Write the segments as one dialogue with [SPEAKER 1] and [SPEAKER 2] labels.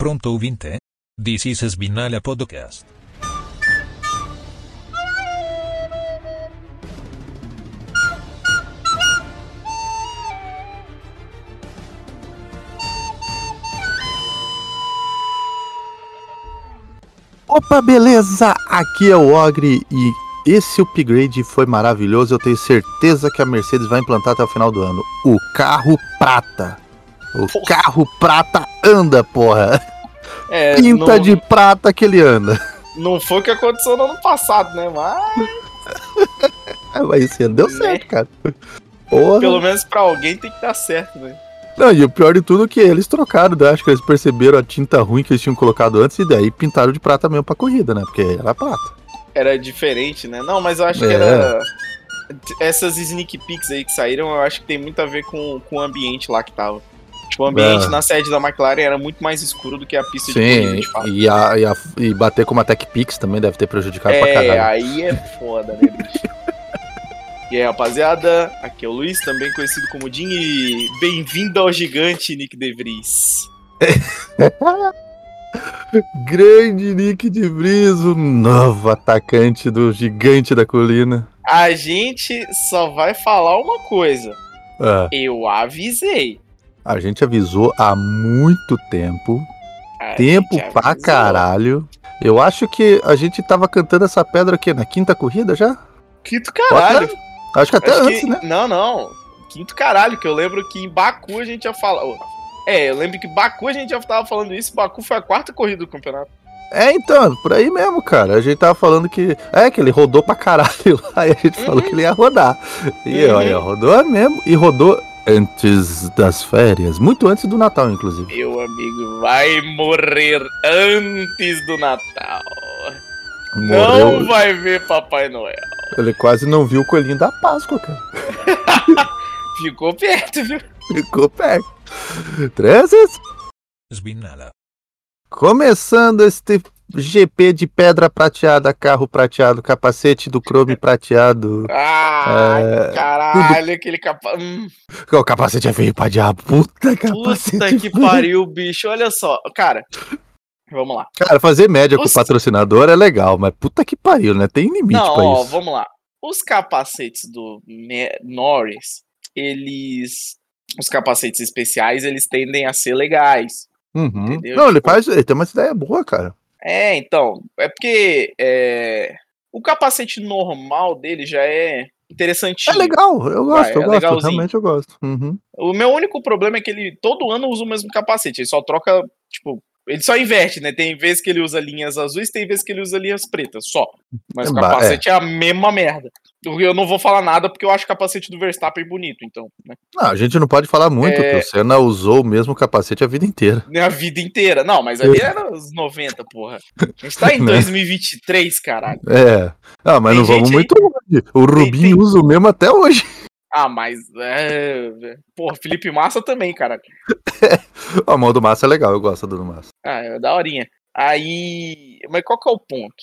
[SPEAKER 1] Pronto ouvinte? This is Sbinala Podcast.
[SPEAKER 2] Opa, beleza? Aqui é o Ogre e esse upgrade foi maravilhoso. Eu tenho certeza que a Mercedes vai implantar até o final do ano. O carro prata. O
[SPEAKER 3] Porra.
[SPEAKER 2] carro prata anda, porra.
[SPEAKER 3] É,
[SPEAKER 2] Pinta
[SPEAKER 3] não,
[SPEAKER 2] de prata que ele anda.
[SPEAKER 3] não foi o que aconteceu no ano passado, né? Mas
[SPEAKER 2] Ah, Mas isso deu certo, cara. Porra.
[SPEAKER 3] Né? pelo menos pra alguém tem que dar certo, né? velho.
[SPEAKER 2] Não, e o pior de tudo é que eles trocaram, né? acho que eles perceberam a tinta ruim que eles tinham colocado antes e daí pintaram de prata mesmo pra corrida, né? Porque era prata.
[SPEAKER 3] Era diferente, né? Não, mas eu acho que
[SPEAKER 2] É.
[SPEAKER 3] era. Essas sneak peeks aí que saíram, eu acho que tem muito a ver com, com o ambiente lá que tava. Tipo, o ambiente
[SPEAKER 2] É.
[SPEAKER 3] na sede da McLaren era muito mais escuro do que a pista de corrida,
[SPEAKER 2] Sim,
[SPEAKER 3] de fato.
[SPEAKER 2] e, a- e a- e bater com uma Tech Pix também deve ter prejudicado pra
[SPEAKER 3] É,
[SPEAKER 2] caralho.
[SPEAKER 3] aí é foda, né, bicho? E aí, rapaziada, aqui é o Luiz, também conhecido como Jim, e bem-vindo ao gigante Nick DeVries.
[SPEAKER 2] Grande Nick de Briso, novo atacante do gigante da colina.
[SPEAKER 3] A gente só vai falar uma coisa.
[SPEAKER 2] Ah,
[SPEAKER 3] Eu avisei.
[SPEAKER 2] a gente avisou há muito tempo.
[SPEAKER 3] A
[SPEAKER 2] Tempo
[SPEAKER 3] gente
[SPEAKER 2] pra
[SPEAKER 3] avisou.
[SPEAKER 2] caralho. Eu acho que a gente tava cantando essa pedra aqui na quinta corrida já?
[SPEAKER 3] Quinto caralho.
[SPEAKER 2] Acho que até
[SPEAKER 3] Acho
[SPEAKER 2] antes,
[SPEAKER 3] que-
[SPEAKER 2] né?
[SPEAKER 3] Não, não. Quinto caralho, que eu lembro que em Baku a gente já falou. É, eu lembro que em Baku a gente já tava falando isso. Baku foi a quarta corrida do campeonato.
[SPEAKER 2] É, então, por aí mesmo, cara. A gente tava falando que. É, que ele rodou pra caralho lá e a gente falou que ele ia rodar. E
[SPEAKER 3] Uhum.
[SPEAKER 2] olha, rodou mesmo. E rodou antes das férias. Muito antes do Natal, inclusive.
[SPEAKER 3] Meu amigo vai morrer antes do Natal. Não
[SPEAKER 2] Morreu.
[SPEAKER 3] vai ver Papai Noel.
[SPEAKER 2] Ele quase não viu o coelhinho da Páscoa, cara.
[SPEAKER 3] Ficou perto, viu?
[SPEAKER 2] Ficou perto. Transes?
[SPEAKER 1] Sbinala.
[SPEAKER 2] Começando este GP de pedra prateada, carro prateado, capacete do Chrome prateado.
[SPEAKER 3] Ah, caralho, aquele capa. Hum.
[SPEAKER 2] O capacete é feio pra diabo. Puta, capacete.
[SPEAKER 3] Puta que pariu, bicho. Olha só, cara. Vamos lá.
[SPEAKER 2] Cara, fazer média com
[SPEAKER 3] Os-
[SPEAKER 2] o patrocinador é legal, mas puta que pariu, né? Tem limite
[SPEAKER 3] Não,
[SPEAKER 2] pra
[SPEAKER 3] ó,
[SPEAKER 2] isso.
[SPEAKER 3] vamos lá. Os capacetes do Ne- Norris, eles. Os capacetes especiais, eles tendem a ser legais.
[SPEAKER 2] Uhum.
[SPEAKER 3] entendeu?
[SPEAKER 2] Não, ele faz. Ele tem uma ideia boa, cara.
[SPEAKER 3] É, então. É porque. é, o capacete normal dele já é
[SPEAKER 2] É
[SPEAKER 3] interessantinho.
[SPEAKER 2] legal, eu gosto,
[SPEAKER 3] Vai,
[SPEAKER 2] eu
[SPEAKER 3] é
[SPEAKER 2] gosto,
[SPEAKER 3] legalzinho.
[SPEAKER 2] realmente eu gosto. Uhum.
[SPEAKER 3] O meu único problema é que ele todo ano usa o mesmo capacete. Ele só troca, tipo, ele só inverte, né? Tem vezes que ele usa linhas azuis, tem vezes que ele usa linhas pretas, só. Mas o
[SPEAKER 2] Bah,
[SPEAKER 3] capacete é. a mesma merda. Eu não vou falar nada porque eu acho o capacete do Verstappen bonito, então, né?
[SPEAKER 2] Não, a gente não pode falar muito,
[SPEAKER 3] É.
[SPEAKER 2] porque o Senna usou o mesmo capacete a vida inteira.
[SPEAKER 3] A vida inteira. Não, mas ali era os 90, porra. A gente tá em
[SPEAKER 2] Né?
[SPEAKER 3] 2023, caralho.
[SPEAKER 2] É. Ah, mas
[SPEAKER 3] Tem
[SPEAKER 2] não vamos
[SPEAKER 3] gente
[SPEAKER 2] muito longe. O Rubinho
[SPEAKER 3] tem-
[SPEAKER 2] usa o mesmo até hoje.
[SPEAKER 3] Ah, mas. É... Porra, Felipe Massa também, caralho.
[SPEAKER 2] A mão do Massa é legal, eu gosto do Massa.
[SPEAKER 3] Ah, é daorinha. Aí. Mas qual que é o ponto?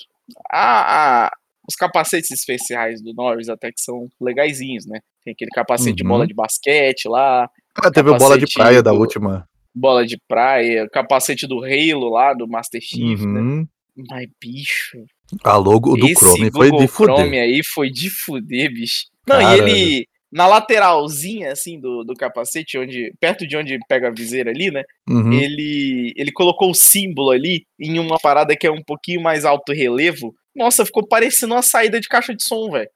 [SPEAKER 3] A, a- os capacetes especiais do Norris até que são legaizinhos, né? Tem aquele capacete de
[SPEAKER 2] Uhum.
[SPEAKER 3] bola de basquete lá,
[SPEAKER 2] Ah, teve o bola de
[SPEAKER 3] Capacete
[SPEAKER 2] praia da
[SPEAKER 3] do-
[SPEAKER 2] última.
[SPEAKER 3] bola de praia, capacete do Halo lá, do Master Chief, né?
[SPEAKER 2] Uhum.
[SPEAKER 3] Mas, bicho,
[SPEAKER 2] A logo do
[SPEAKER 3] esse
[SPEAKER 2] Chrome foi
[SPEAKER 3] Google
[SPEAKER 2] de fuder.
[SPEAKER 3] Chrome aí foi de fuder, bicho. Não,
[SPEAKER 2] Caralho.
[SPEAKER 3] e ele, na lateralzinha, assim, do, do capacete, onde, perto de onde pega a viseira ali, né?
[SPEAKER 2] Uhum.
[SPEAKER 3] ele, ele colocou o símbolo ali em uma parada que é um pouquinho mais alto relevo. Nossa, ficou parecendo uma saída de caixa de som, velho.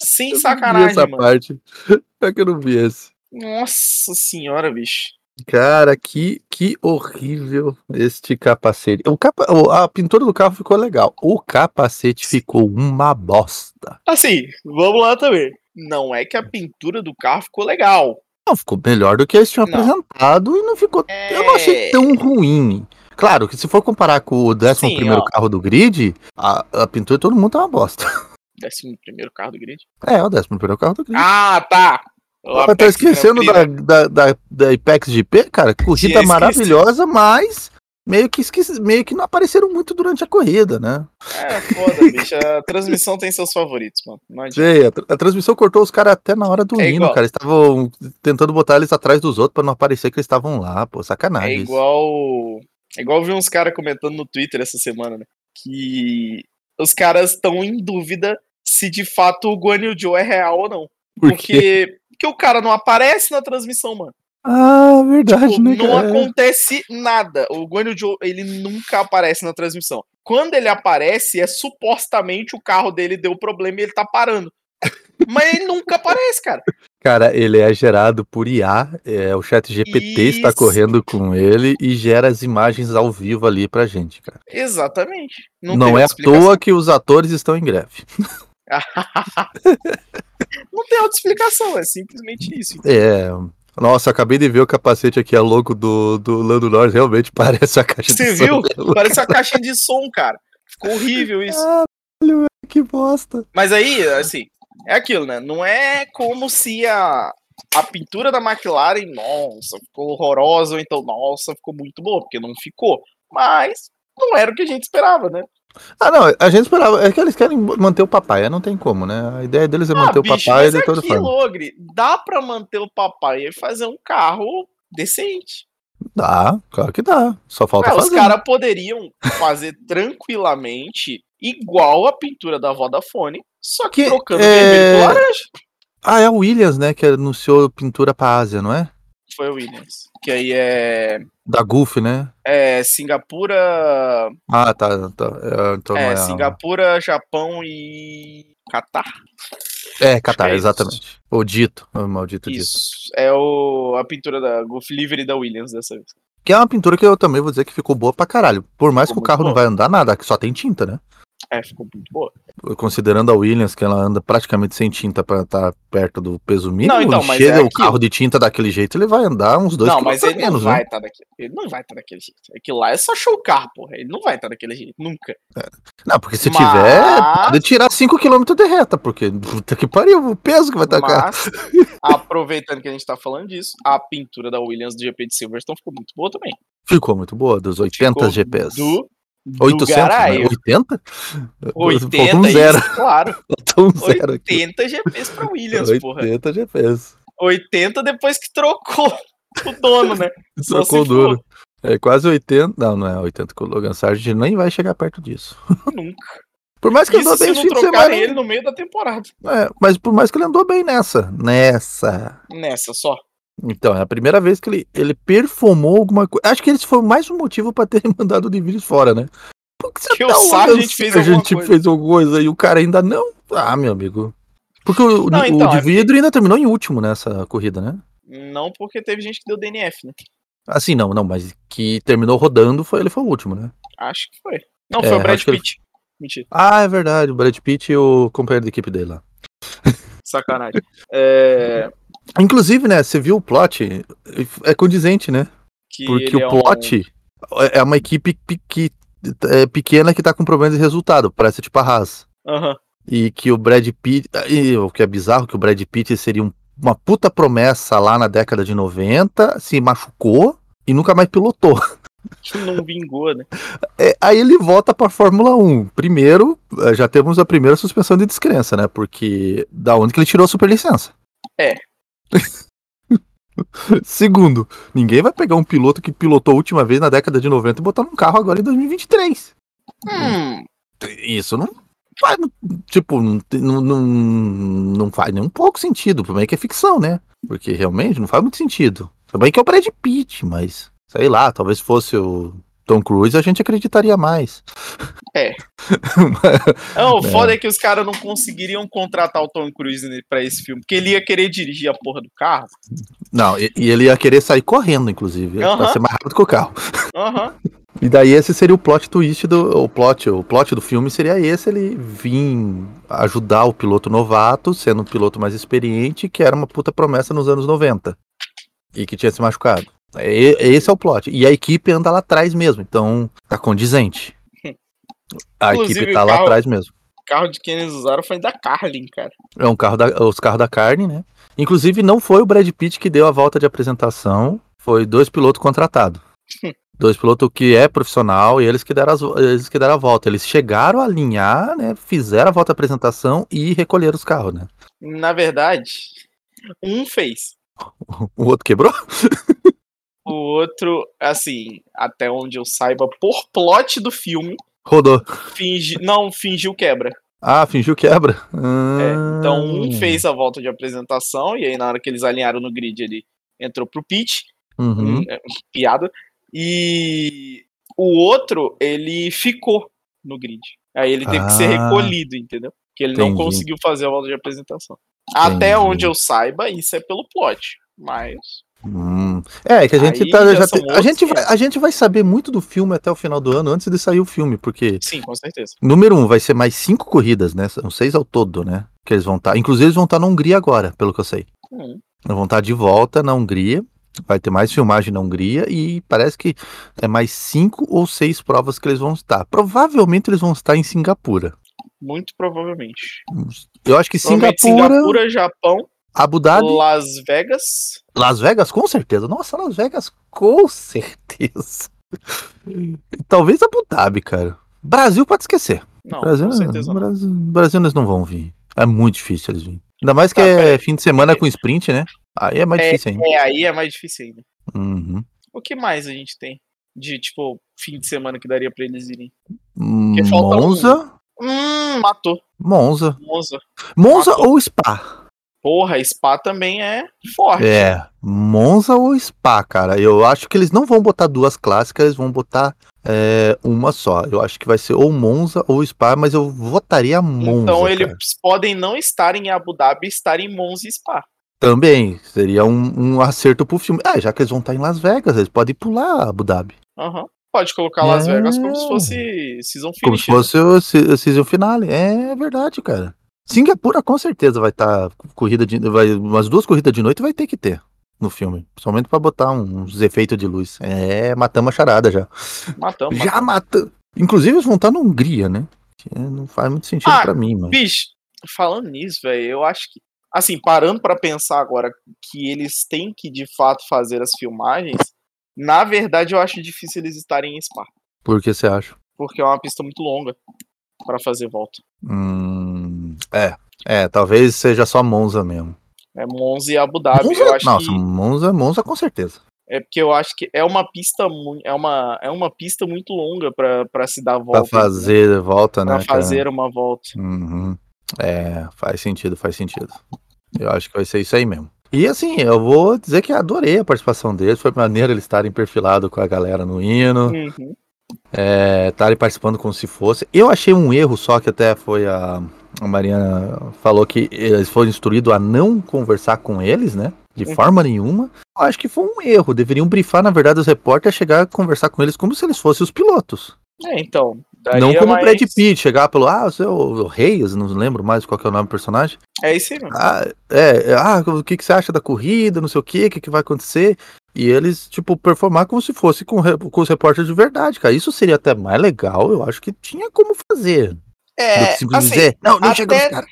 [SPEAKER 3] Sem
[SPEAKER 2] Eu não vi
[SPEAKER 3] sacanagem,
[SPEAKER 2] essa
[SPEAKER 3] mano.
[SPEAKER 2] parte. É que eu não vi esse.
[SPEAKER 3] Nossa senhora, bicho.
[SPEAKER 2] Cara, que, que horrível este capacete. O capa, o- a pintura do carro ficou legal. O capacete ficou uma bosta.
[SPEAKER 3] Assim, vamos lá também. Não é que a pintura do carro ficou legal.
[SPEAKER 2] Não, ficou melhor do que eles tinham
[SPEAKER 3] Não.
[SPEAKER 2] apresentado e não ficou. Eu não achei
[SPEAKER 3] É.
[SPEAKER 2] tão ruim. Claro que se for comparar com o 11 primeiro
[SPEAKER 3] ó.
[SPEAKER 2] carro do grid, a, a pintura de todo mundo tá uma bosta.
[SPEAKER 3] Décimo primeiro carro do grid.
[SPEAKER 2] É, o 11 primeiro carro do grid.
[SPEAKER 3] Ah, tá. O
[SPEAKER 2] Mas tá
[SPEAKER 3] Apex Grand
[SPEAKER 2] esquecendo
[SPEAKER 3] Prix,
[SPEAKER 2] da,
[SPEAKER 3] né?
[SPEAKER 2] da, da, da Apex GP, cara. Corrida
[SPEAKER 3] esquecido.
[SPEAKER 2] maravilhosa, mas meio que, esqueci, meio que não apareceram muito durante a corrida, né?
[SPEAKER 3] É foda, bicho. A transmissão tem seus favoritos, mano. Não adianta.
[SPEAKER 2] Sei, a, tra- a transmissão cortou os caras até na hora do
[SPEAKER 3] É
[SPEAKER 2] hino,
[SPEAKER 3] igual.
[SPEAKER 2] cara. Eles estavam tentando botar eles atrás dos outros pra não aparecer que eles estavam lá, pô.
[SPEAKER 3] É
[SPEAKER 2] Sacanagem. isso.
[SPEAKER 3] igual É igual eu vi uns caras comentando no Twitter essa semana, né? Que os caras estão em dúvida se de fato o Guan Yu Zhou é real ou não.
[SPEAKER 2] Por quê?
[SPEAKER 3] Porque, porque o cara não aparece na transmissão, mano.
[SPEAKER 2] Ah, verdade,
[SPEAKER 3] Tipo,
[SPEAKER 2] né,
[SPEAKER 3] não
[SPEAKER 2] cara?
[SPEAKER 3] acontece nada. O Guan Yu Zhou, ele nunca aparece na transmissão. Quando ele aparece, é supostamente o carro dele deu problema e ele tá parando. Mas ele nunca aparece, cara.
[SPEAKER 2] Cara, ele é gerado por IA, é, o chat GPT está
[SPEAKER 3] Isso.
[SPEAKER 2] correndo com ele e gera as imagens ao vivo ali pra gente, cara.
[SPEAKER 3] Exatamente.
[SPEAKER 2] Não,
[SPEAKER 3] tem
[SPEAKER 2] é
[SPEAKER 3] outra
[SPEAKER 2] à
[SPEAKER 3] explicação.
[SPEAKER 2] toa que os atores estão em greve.
[SPEAKER 3] Não tem outra explicação, é simplesmente isso.
[SPEAKER 2] É. Nossa, acabei de ver o capacete aqui, a logo do, do Lando Norris realmente parece a caixa
[SPEAKER 3] Você
[SPEAKER 2] de som
[SPEAKER 3] viu?
[SPEAKER 2] dela.
[SPEAKER 3] Parece uma caixinha de som, cara. Ficou horrível isso.
[SPEAKER 2] Que bosta.
[SPEAKER 3] Mas aí, assim, é aquilo, né? Não é como se a, a pintura da McLaren, nossa, ficou horrorosa, ou então, nossa, ficou muito boa, porque não ficou. Mas não era o que a gente esperava, né?
[SPEAKER 2] Ah, não, a gente esperava. É que eles querem manter o papai, é, não tem como, né? A ideia deles é manter o papai
[SPEAKER 3] Ah, mas
[SPEAKER 2] de
[SPEAKER 3] é
[SPEAKER 2] toda
[SPEAKER 3] aquilo,
[SPEAKER 2] forma.
[SPEAKER 3] Ogre, dá pra manter o papai e fazer um carro decente.
[SPEAKER 2] Dá, claro que dá. Só falta
[SPEAKER 3] Ah, os
[SPEAKER 2] fazer.
[SPEAKER 3] caras poderiam fazer tranquilamente igual a pintura da Vodafone, só que,
[SPEAKER 2] Que-
[SPEAKER 3] trocando
[SPEAKER 2] é-
[SPEAKER 3] vermelho por laranja.
[SPEAKER 2] Ah, é o Williams, né, que anunciou pintura pra Ásia, não é?
[SPEAKER 3] Foi o Williams. Que aí é,
[SPEAKER 2] Da Gulf, né?
[SPEAKER 3] é Singapura,
[SPEAKER 2] Ah, tá. tá é, então não
[SPEAKER 3] É,
[SPEAKER 2] é, a-
[SPEAKER 3] Singapura, Japão e Catar.
[SPEAKER 2] É, Catar,
[SPEAKER 3] é isso.
[SPEAKER 2] exatamente. O dito, o maldito dito.
[SPEAKER 3] Isso. É o, a pintura da Golf Livery da Williams dessa vez.
[SPEAKER 2] Que é uma pintura que eu também vou dizer que ficou boa pra caralho. Por mais
[SPEAKER 3] Ficou
[SPEAKER 2] que o carro não
[SPEAKER 3] muito
[SPEAKER 2] vai andar nada, que só tem tinta, né?
[SPEAKER 3] É, ficou muito boa.
[SPEAKER 2] Considerando a Williams, que ela anda praticamente sem tinta pra estar perto do peso mínimo,
[SPEAKER 3] Não, então, mas é
[SPEAKER 2] chega o
[SPEAKER 3] aquilo.
[SPEAKER 2] carro de tinta daquele jeito, ele vai andar uns dois
[SPEAKER 3] não, mas ele
[SPEAKER 2] quilômetros
[SPEAKER 3] não
[SPEAKER 2] menos,
[SPEAKER 3] vai
[SPEAKER 2] né?
[SPEAKER 3] estar daquele. Ele não vai estar daquele jeito. Aquilo lá é só show car, porra. Ele não vai estar daquele jeito. Nunca.
[SPEAKER 2] Não, porque se
[SPEAKER 3] Mas-
[SPEAKER 2] tiver, pode tirar 5km de reta, porque puta que pariu, o peso que vai tacar.
[SPEAKER 3] Mas, aproveitando que a gente tá falando disso, a pintura da Williams do GP de Silverstone ficou muito boa também.
[SPEAKER 2] Ficou muito boa, dos 80
[SPEAKER 3] Ficou
[SPEAKER 2] GPS.
[SPEAKER 3] Do, do
[SPEAKER 2] 800, né?
[SPEAKER 3] Garaio.
[SPEAKER 2] 80? Faltou
[SPEAKER 3] 80,
[SPEAKER 2] um zero,
[SPEAKER 3] isso, claro.
[SPEAKER 2] faltou um zero aqui.
[SPEAKER 3] 80 GPs pra Williams, porra.
[SPEAKER 2] 80 GPS.
[SPEAKER 3] 80 depois que trocou o dono, né? Só
[SPEAKER 2] Trocou
[SPEAKER 3] se
[SPEAKER 2] duro. É quase 80. Não, não é 80 com o Logan Sargent, nem vai chegar perto disso.
[SPEAKER 3] Nunca.
[SPEAKER 2] Por mais que ele
[SPEAKER 3] Isso
[SPEAKER 2] andou
[SPEAKER 3] se
[SPEAKER 2] bem
[SPEAKER 3] não
[SPEAKER 2] esse fim de
[SPEAKER 3] trocarem
[SPEAKER 2] semana. né?
[SPEAKER 3] ele no meio da temporada.
[SPEAKER 2] É, mas por mais que ele andou bem nessa. Nessa.
[SPEAKER 3] Nessa só.
[SPEAKER 2] Então, é a primeira vez que ele, ele perfumou alguma coisa. Acho que esse foi mais um motivo pra terem mandado o Divíris fora, né? Porque você
[SPEAKER 3] Que o
[SPEAKER 2] tá o
[SPEAKER 3] Sargent
[SPEAKER 2] Logan
[SPEAKER 3] fez
[SPEAKER 2] Sargent
[SPEAKER 3] alguma coisa.
[SPEAKER 2] fez alguma coisa e o cara ainda não. Ah, meu amigo. Porque o, o
[SPEAKER 3] Não,
[SPEAKER 2] Di-
[SPEAKER 3] então,
[SPEAKER 2] o
[SPEAKER 3] é
[SPEAKER 2] de vidro ainda terminou em último nessa corrida, né?
[SPEAKER 3] Não porque teve gente que deu DNF, né?
[SPEAKER 2] Assim, não, não, mas que terminou rodando, foi, ele foi o último, né?
[SPEAKER 3] Acho que foi. Não,
[SPEAKER 2] É,
[SPEAKER 3] foi o Brad
[SPEAKER 2] acho que ele-
[SPEAKER 3] Pitt. Mentira,
[SPEAKER 2] Ah, é verdade, o Brad Pitt e o companheiro de equipe dele lá.
[SPEAKER 3] sacanagem. É,
[SPEAKER 2] Inclusive, né, você viu o plot, é condizente, né?
[SPEAKER 3] que
[SPEAKER 2] Porque
[SPEAKER 3] ele é
[SPEAKER 2] o plot é uma equipe pe- que, é, pequena que tá com problemas de resultado, parece tipo a Haas.
[SPEAKER 3] Um... Aham.
[SPEAKER 2] E que o Brad Pitt, e o que é bizarro, que o Brad Pitt seria um- uma puta promessa lá na década de 90, se machucou e nunca mais pilotou.
[SPEAKER 3] Que não vingou, né?
[SPEAKER 2] É, aí ele volta pra Fórmula 1. Primeiro, eh, já temos a primeira suspensão de descrença, né? Porque da onde que ele tirou a superlicença?
[SPEAKER 3] É.
[SPEAKER 2] Segundo, ninguém vai pegar um piloto que pilotou a última vez na década de 90 e botar num carro agora em 2023.
[SPEAKER 3] Hum,
[SPEAKER 2] Isso não faz, tipo, não, tem- não, não, não faz nem um pouco sentido. Por bem que é ficção, né? Porque realmente não faz muito sentido. Tudo bem que é o Brad Pitt, mas sei lá, talvez fosse o Tom Cruise a gente acreditaria mais.
[SPEAKER 3] É. não, o foda é que os caras não conseguiriam contratar o Tom Cruise ne- pra esse filme, porque ele ia querer dirigir a porra do carro.
[SPEAKER 2] Não, e, e ele ia querer sair correndo, inclusive,
[SPEAKER 3] Aham.
[SPEAKER 2] pra ser mais rápido que o carro.
[SPEAKER 3] Aham.
[SPEAKER 2] E daí esse seria o plot twist do o plot, o plot do filme seria esse ele vir ajudar o piloto novato, sendo um piloto mais experiente, que era uma puta promessa nos anos 90 e que tinha se machucado. E- esse é o plot. E a equipe anda lá atrás mesmo, então tá condizente. A
[SPEAKER 3] Inclusive,
[SPEAKER 2] equipe
[SPEAKER 3] o
[SPEAKER 2] tá lá
[SPEAKER 3] carro-
[SPEAKER 2] atrás mesmo.
[SPEAKER 3] O carro de quem eles usaram foi da Carlin, cara.
[SPEAKER 2] É um carro da- os carros da carne, né? Inclusive, não foi o Brad Pitt que deu a volta de apresentação, foi dois pilotos contratados.
[SPEAKER 3] Hum.
[SPEAKER 2] dois pilotos que é profissional e eles que, deram as vo- eles que deram a volta. Eles chegaram a alinhar, né? Fizeram a volta de apresentação e recolheram os carros, né?
[SPEAKER 3] Na verdade, um fez.
[SPEAKER 2] O outro quebrou?
[SPEAKER 3] O outro, assim, até onde eu saiba, por plot do filme,
[SPEAKER 2] Rodou.
[SPEAKER 3] fingi... não, fingiu quebra.
[SPEAKER 2] Ah, fingiu quebra.
[SPEAKER 3] É,
[SPEAKER 2] Hum.
[SPEAKER 3] então um fez a volta de apresentação, e aí na hora que eles alinharam no grid, ele entrou pro pitch,
[SPEAKER 2] Uhum.
[SPEAKER 3] é, piada. E o outro, ele ficou no grid. Aí ele teve que ser
[SPEAKER 2] Ah.
[SPEAKER 3] recolhido, entendeu? Porque ele não
[SPEAKER 2] Entendi.
[SPEAKER 3] conseguiu fazer a volta de apresentação. Até
[SPEAKER 2] Entendi.
[SPEAKER 3] onde eu saiba, isso é pelo plot. Mas.
[SPEAKER 2] Hum. É, que a gente
[SPEAKER 3] Aí
[SPEAKER 2] tá.
[SPEAKER 3] já
[SPEAKER 2] já
[SPEAKER 3] são
[SPEAKER 2] tem- a,
[SPEAKER 3] outros
[SPEAKER 2] gente vai,
[SPEAKER 3] 500.
[SPEAKER 2] a gente vai saber muito do filme até o final do ano, antes de sair o filme, porque.
[SPEAKER 3] Sim, com certeza.
[SPEAKER 2] Número um, vai ser mais cinco corridas, né? São seis ao todo, né? Que eles vão estar. Inclusive, eles vão estar na Hungria agora, pelo que eu sei.
[SPEAKER 3] Hum.
[SPEAKER 2] Eles vão estar de volta na Hungria. Vai ter mais filmagem na Hungria e parece que é mais cinco ou seis provas que eles vão estar. Provavelmente eles vão estar em Singapura.
[SPEAKER 3] Muito provavelmente.
[SPEAKER 2] Eu acho que
[SPEAKER 3] Provavelmente
[SPEAKER 2] Singapura,
[SPEAKER 3] Singapura, Japão,
[SPEAKER 2] Abu Dhabi,
[SPEAKER 3] Las Vegas.
[SPEAKER 2] Las Vegas, com certeza. Nossa, Las Vegas, com certeza. Talvez Abu Dhabi, cara. Brasil pode esquecer.
[SPEAKER 3] Não,
[SPEAKER 2] Brasil,
[SPEAKER 3] com certeza não.
[SPEAKER 2] Brasil, Brasil eles não vão vir. É muito difícil eles virem. Ainda mais que
[SPEAKER 3] Tá,
[SPEAKER 2] é
[SPEAKER 3] peraí.
[SPEAKER 2] fim de semana com sprint, né? Aí é mais difícil ainda.
[SPEAKER 3] É, aí é mais difícil ainda.
[SPEAKER 2] Uhum.
[SPEAKER 3] O que mais a gente tem de, tipo, fim de semana que daria pra eles irem?
[SPEAKER 2] Hum,
[SPEAKER 3] falta um.
[SPEAKER 2] Monza,
[SPEAKER 3] Hum, matou.
[SPEAKER 2] Monza.
[SPEAKER 3] Monza.
[SPEAKER 2] Monza
[SPEAKER 3] Matou.
[SPEAKER 2] ou Spa?
[SPEAKER 3] Porra, Spa também é forte.
[SPEAKER 2] É, Monza ou Spa, cara. Eu acho que eles não vão botar duas clássicas, eles vão botar é, uma só. Eu acho que vai ser ou Monza ou Spa, mas eu votaria É, Monza.
[SPEAKER 3] então eles
[SPEAKER 2] cara.
[SPEAKER 3] podem não estar em Abu Dhabi, estar em Monza e Spa.
[SPEAKER 2] Também seria um, um acerto pro filme. Ah, já que eles vão estar em Las Vegas, eles podem pular Abu Dhabi.
[SPEAKER 3] Aham. Pode colocar Las
[SPEAKER 2] É.
[SPEAKER 3] Vegas como se fosse season finish.
[SPEAKER 2] Como se
[SPEAKER 3] né?
[SPEAKER 2] fosse o se- o season finale. É verdade, cara. Singapura com certeza vai estar corrida de vai umas duas corridas de noite vai ter que ter no filme, principalmente pra botar um, uns efeitos de luz. É, matamos a charada já.
[SPEAKER 3] Matamos.
[SPEAKER 2] Já matamos. Inclusive eles vão estar na Hungria, né? Que não faz muito sentido
[SPEAKER 3] Ah,
[SPEAKER 2] pra mim, mas
[SPEAKER 3] Bicho, falando nisso, velho, eu acho que. Assim, parando pra pensar agora que eles têm que de fato fazer as filmagens, na verdade eu acho difícil eles estarem em Spa,
[SPEAKER 2] por que você acha?
[SPEAKER 3] porque é uma pista muito longa pra fazer volta.
[SPEAKER 2] Hum, é, é, talvez seja só Monza mesmo.
[SPEAKER 3] É Monza e Abu Dhabi, eu
[SPEAKER 2] Monza, é-
[SPEAKER 3] acho
[SPEAKER 2] nossa,
[SPEAKER 3] que
[SPEAKER 2] Monza, Monza com certeza.
[SPEAKER 3] é porque eu acho que é uma pista muito é uma, é uma pista muito longa pra pra se dar a
[SPEAKER 2] Pra
[SPEAKER 3] volta, né?
[SPEAKER 2] fazer volta, né?
[SPEAKER 3] Pra
[SPEAKER 2] cara?
[SPEAKER 3] fazer uma volta.
[SPEAKER 2] Uhum. É, faz sentido, faz sentido. Eu acho que vai ser isso aí mesmo. E assim, eu vou dizer que adorei a participação deles. Foi maneiro eles estarem perfilados com a galera no hino,
[SPEAKER 3] Uhum.
[SPEAKER 2] é, estarem participando como se fosse. Eu achei um erro só que até foi a, a Mariana falou que eles foram instruídos a não conversar com eles, né? De
[SPEAKER 3] Uhum.
[SPEAKER 2] forma nenhuma. Eu acho que foi um erro. Deveriam brifar, na verdade, os repórteres a chegar a conversar com eles como se eles fossem os pilotos.
[SPEAKER 3] É, então. daí
[SPEAKER 2] Não
[SPEAKER 3] é
[SPEAKER 2] como o
[SPEAKER 3] mais-
[SPEAKER 2] Brad Pitt, chegar pelo, ah, o seu o Reis, não lembro mais qual que é o nome do personagem.
[SPEAKER 3] É isso aí, mesmo.
[SPEAKER 2] Ah, é, é, ah, o que, que você acha da corrida, não sei o que, o que, que vai acontecer. E eles, tipo, performar como se fosse com, re- com os repórteres de verdade, cara. Isso seria até mais legal, eu acho que tinha como fazer. do que
[SPEAKER 3] É,
[SPEAKER 2] simplesmente
[SPEAKER 3] assim,
[SPEAKER 2] dizer, não, não chega
[SPEAKER 3] até-
[SPEAKER 2] nos caras.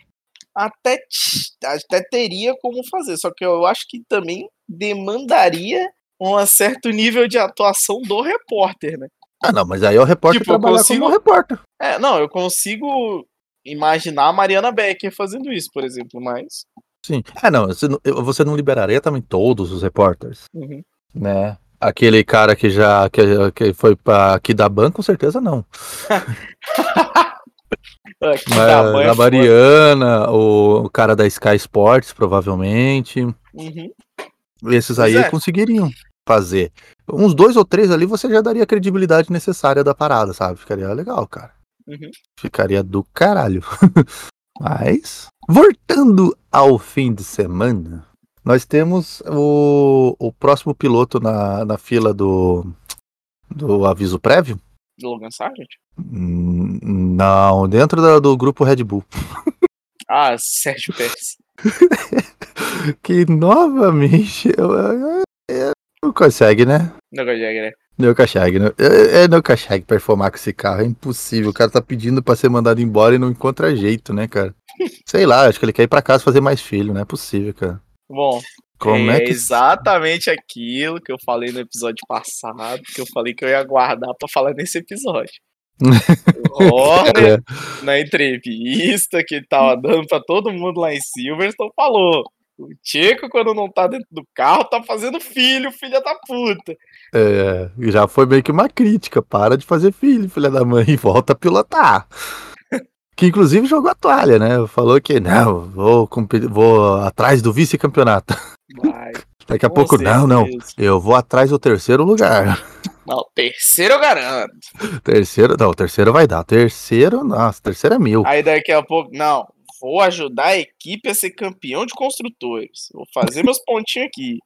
[SPEAKER 3] até, ti- até teria como fazer, só que eu acho que também demandaria um certo nível de atuação do repórter, né?
[SPEAKER 2] Ah, não, mas aí é o repórter
[SPEAKER 3] Tipo, eu
[SPEAKER 2] trabalhar
[SPEAKER 3] consigo-
[SPEAKER 2] como repórter.
[SPEAKER 3] É, não, eu consigo imaginar a Mariana Becker fazendo isso, por exemplo, mas.
[SPEAKER 2] Sim. É, não, você não, eu- você não liberaria também todos os repórteres,
[SPEAKER 3] Uhum.
[SPEAKER 2] né? Aquele cara que já que, que foi pra aqui da banca, com certeza não.
[SPEAKER 3] Ah, que
[SPEAKER 2] Mas
[SPEAKER 3] da mãe é
[SPEAKER 2] a
[SPEAKER 3] foda.
[SPEAKER 2] Mariana, o, o cara da Sky Sports, provavelmente.
[SPEAKER 3] Uhum.
[SPEAKER 2] Esses
[SPEAKER 3] Pois
[SPEAKER 2] aí
[SPEAKER 3] é.
[SPEAKER 2] conseguiriam fazer. Uns dois ou três ali você já daria a credibilidade necessária da parada, sabe? Ficaria legal, cara.
[SPEAKER 3] Uhum.
[SPEAKER 2] Ficaria do caralho. Mas, voltando ao fim de semana, nós temos o, o próximo piloto na, na fila do, do aviso prévio.
[SPEAKER 3] De Logan Sargent?
[SPEAKER 2] Hum, Não, dentro da- do grupo Red Bull.
[SPEAKER 3] Ah, Sérgio Pérez.
[SPEAKER 2] Que novamente eu- eu- eu- não consegue, né?
[SPEAKER 3] Negócio de regra, né?
[SPEAKER 2] Não consegue, não- é, é, não consegue performar com esse carro, é impossível. O cara tá pedindo pra ser mandado embora e não encontra jeito, né, cara? Sei lá, acho que ele quer ir pra casa fazer mais filho, não é possível, cara.
[SPEAKER 3] Bom,
[SPEAKER 2] Como é,
[SPEAKER 3] é,
[SPEAKER 2] que.
[SPEAKER 3] exatamente aquilo que eu falei no episódio passado, que eu falei que eu ia guardar pra falar nesse episódio. Olha,
[SPEAKER 2] É,
[SPEAKER 3] na entrevista que ele tava dando pra todo mundo lá em Silverstone, falou: O Tcheco, quando não tá dentro do carro, tá fazendo filho, filha da puta.
[SPEAKER 2] É, já foi meio que uma crítica. Para de fazer filho, filha da mãe, e volta a pilotar. Que inclusive jogou a toalha, né? Falou que não, vou, compe- vou atrás do vice-campeonato.
[SPEAKER 3] Vai.
[SPEAKER 2] Daqui a
[SPEAKER 3] com
[SPEAKER 2] pouco, não, não.
[SPEAKER 3] certeza.
[SPEAKER 2] Eu vou atrás do terceiro lugar.
[SPEAKER 3] Não, terceiro eu garanto.
[SPEAKER 2] Terceiro, não, o terceiro vai dar. Terceiro, nossa, terceiro é meu.
[SPEAKER 3] Aí daqui a pouco, não, vou ajudar a equipe a ser campeão de construtores. Vou fazer meus pontinhos aqui.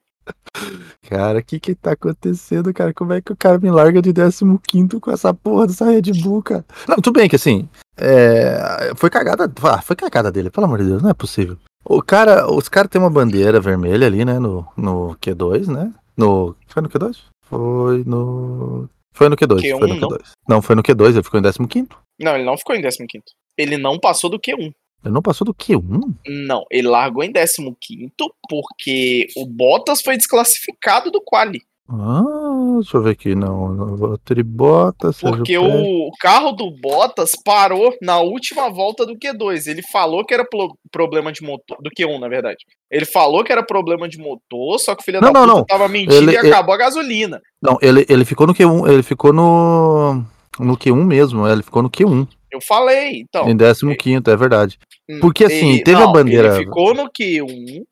[SPEAKER 2] Cara, o que que tá acontecendo, cara? Como é que o cara me larga de 15 com essa porra dessa Red Bull, cara? Não, tudo bem que assim, é, foi cagada, ah, foi cagada dele, pelo amor de Deus, não é possível. O cara, os caras tem uma bandeira vermelha ali, né, no, no Q2, né? No, foi no Q2? Foi no... Foi no Q2,
[SPEAKER 3] Q1
[SPEAKER 2] foi no
[SPEAKER 3] não?
[SPEAKER 2] Q2. Não. foi no Q2, ele ficou em 15º.
[SPEAKER 3] Não, ele não ficou em 15. Ele não passou do Q1.
[SPEAKER 2] Ele não passou do Q1?
[SPEAKER 3] Não, ele largou em 15 porque o Bottas foi desclassificado do quali.
[SPEAKER 2] Ah, deixa eu ver aqui, não. não Tribota, Sérgio
[SPEAKER 3] Porque
[SPEAKER 2] Pérez.
[SPEAKER 3] o carro do Bottas parou na última volta do Q2. Ele falou que era pro- problema de motor. Do Q1, na verdade. Ele falou que era problema de motor, só que o filho
[SPEAKER 2] Não,
[SPEAKER 3] da
[SPEAKER 2] não,
[SPEAKER 3] puta
[SPEAKER 2] não.
[SPEAKER 3] tava mentindo
[SPEAKER 2] Ele-
[SPEAKER 3] e acabou a gasolina.
[SPEAKER 2] Não, ele, ele ficou no Q1, ele ficou no, no Q1 mesmo, é, ele ficou no Q1,
[SPEAKER 3] Eu falei, então.
[SPEAKER 2] em 15º, é verdade.
[SPEAKER 3] Hum,
[SPEAKER 2] porque, assim, teve a bandeira-
[SPEAKER 3] Ele ficou no Q1,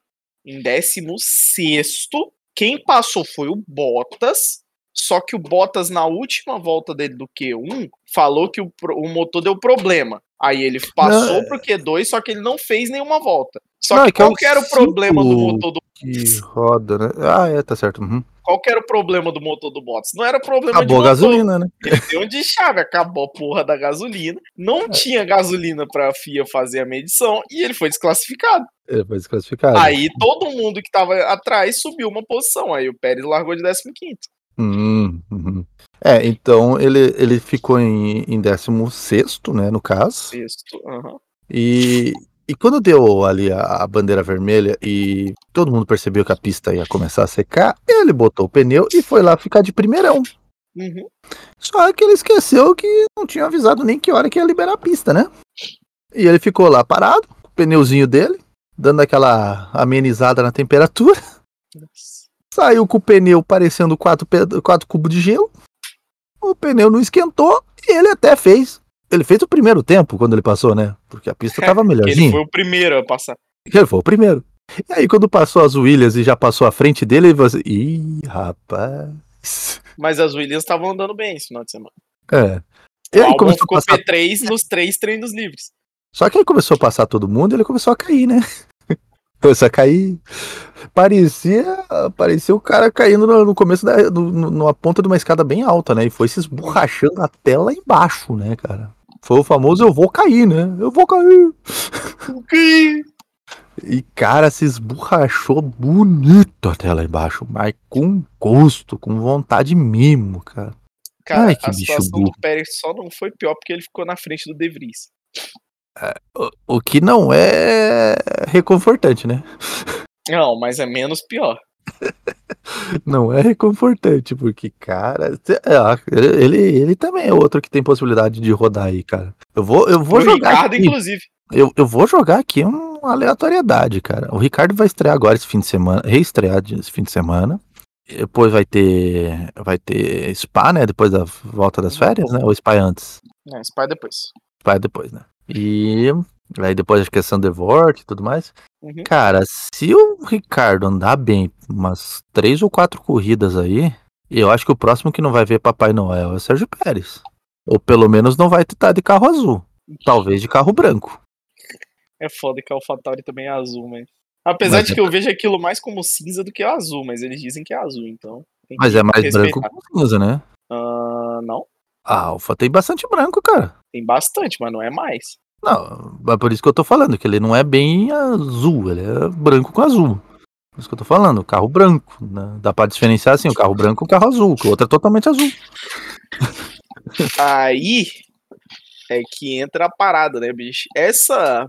[SPEAKER 3] em 16. Quem passou foi o Bottas. Só que o Bottas, na última volta dele do Q1, falou que o, pro- o motor deu problema. Aí ele passou pro Q2, só que ele não fez nenhuma volta. Só
[SPEAKER 2] Não, é
[SPEAKER 3] que
[SPEAKER 2] que é um
[SPEAKER 3] qual que era o problema do
[SPEAKER 2] ciclo
[SPEAKER 3] motor do
[SPEAKER 2] Que roda, né? Ah, é, tá certo. uhum.
[SPEAKER 3] Qual que era o problema do motor do Bottas? Não era problema
[SPEAKER 2] Acabou a
[SPEAKER 3] de motor,
[SPEAKER 2] gasolina, né?
[SPEAKER 3] questão de chave. Acabou a porra da gasolina. Não
[SPEAKER 2] É.
[SPEAKER 3] tinha gasolina pra FIA fazer a medição e ele foi desclassificado.
[SPEAKER 2] Ele foi desclassificado.
[SPEAKER 3] Aí todo mundo que tava atrás subiu uma posição. Aí o Pérez largou de 15.
[SPEAKER 2] Hum, uhum. É, então ele, ele ficou em, em 16 né, no caso.
[SPEAKER 3] Sexto. aham.
[SPEAKER 2] E, e quando deu ali a, a bandeira vermelha e todo mundo percebeu que a pista ia começar a secar, ele botou o pneu e foi lá ficar de primeirão.
[SPEAKER 3] Uhum.
[SPEAKER 2] Só que ele esqueceu que não tinha avisado nem que hora que ia liberar a pista, né? E ele ficou lá parado, com o pneuzinho dele, dando aquela amenizada na temperatura. Saiu com o pneu parecendo 4 cubos de gelo. O pneu não esquentou e ele até fez. Ele fez o primeiro tempo quando ele passou, né? Porque a pista tava
[SPEAKER 3] Ele
[SPEAKER 2] melhorzinha.
[SPEAKER 3] foi o primeiro a passar.
[SPEAKER 2] Ele foi o primeiro. E aí, quando passou as Williams e já passou à frente dele, ele falou assim: Ih, rapaz.
[SPEAKER 3] Mas as Williams estavam andando bem esse final de semana.
[SPEAKER 2] É. E aí
[SPEAKER 3] O álbum
[SPEAKER 2] começou a
[SPEAKER 3] ficou
[SPEAKER 2] passar.
[SPEAKER 3] P3 nos três treinos livres.
[SPEAKER 2] Só que aí começou a passar todo mundo e ele começou a cair, né? Começou a cair. Parecia, parecia o cara caindo no, no começo da. no- no- numa ponta de uma escada bem alta, né? E foi se esborrachando até lá embaixo, né, cara? Foi o famoso eu vou cair, né? Eu vou cair. E, cara, se esborrachou bonito até lá embaixo, mas com gosto, com vontade mesmo, cara.
[SPEAKER 3] Cara,
[SPEAKER 2] Ai, que
[SPEAKER 3] a
[SPEAKER 2] bicho
[SPEAKER 3] situação
[SPEAKER 2] burro.
[SPEAKER 3] do Pérez só não foi pior porque ele ficou na frente do De Vries.
[SPEAKER 2] O, o que não é reconfortante, né?
[SPEAKER 3] Não, mas é menos pior.
[SPEAKER 2] Não é reconfortante, porque, cara, cê- é, ó, ele, ele, ele também é outro que tem possibilidade de rodar aí, cara. Eu vou, eu vou
[SPEAKER 3] o
[SPEAKER 2] jogar.
[SPEAKER 3] Ricardo,
[SPEAKER 2] Aqui,
[SPEAKER 3] inclusive.
[SPEAKER 2] eu, eu vou jogar aqui uma aleatoriedade, cara. O Ricardo vai estrear agora esse fim de semana, reestrear de- esse fim de semana. Depois vai ter, vai ter spa, né? Depois da volta
[SPEAKER 3] Uhum.
[SPEAKER 2] das férias, né? Ou spa é antes?
[SPEAKER 3] Não, esse pai depois.
[SPEAKER 2] Spa é depois, né? E aí depois acho que é Sandervort e tudo mais.
[SPEAKER 3] Uhum.
[SPEAKER 2] Cara, se o Ricardo andar bem umas três ou quatro corridas aí, eu acho que o próximo que não vai ver Papai Noel é o Sérgio Pérez. Ou pelo menos não vai estar de carro azul. Talvez de carro branco.
[SPEAKER 3] É foda que a AlphaTauri também é azul, mas. Apesar
[SPEAKER 2] Mas
[SPEAKER 3] de
[SPEAKER 2] é-
[SPEAKER 3] que eu vejo aquilo mais como cinza do que azul, mas eles dizem que é azul, então. tem
[SPEAKER 2] Mas
[SPEAKER 3] que
[SPEAKER 2] é mais branco
[SPEAKER 3] respeitar.
[SPEAKER 2] que cinza, né?
[SPEAKER 3] Ah, não,
[SPEAKER 2] A Alfa tem bastante branco, cara.
[SPEAKER 3] tem bastante, mas não é mais.
[SPEAKER 2] Não, é por isso que eu tô falando, que ele não é bem azul, ele é branco com azul. Por isso que eu tô falando, carro branco. né? Dá pra diferenciar assim, o carro branco e o carro azul, que o outro é totalmente azul.
[SPEAKER 3] Aí é que entra a parada, né, bicho? Essa,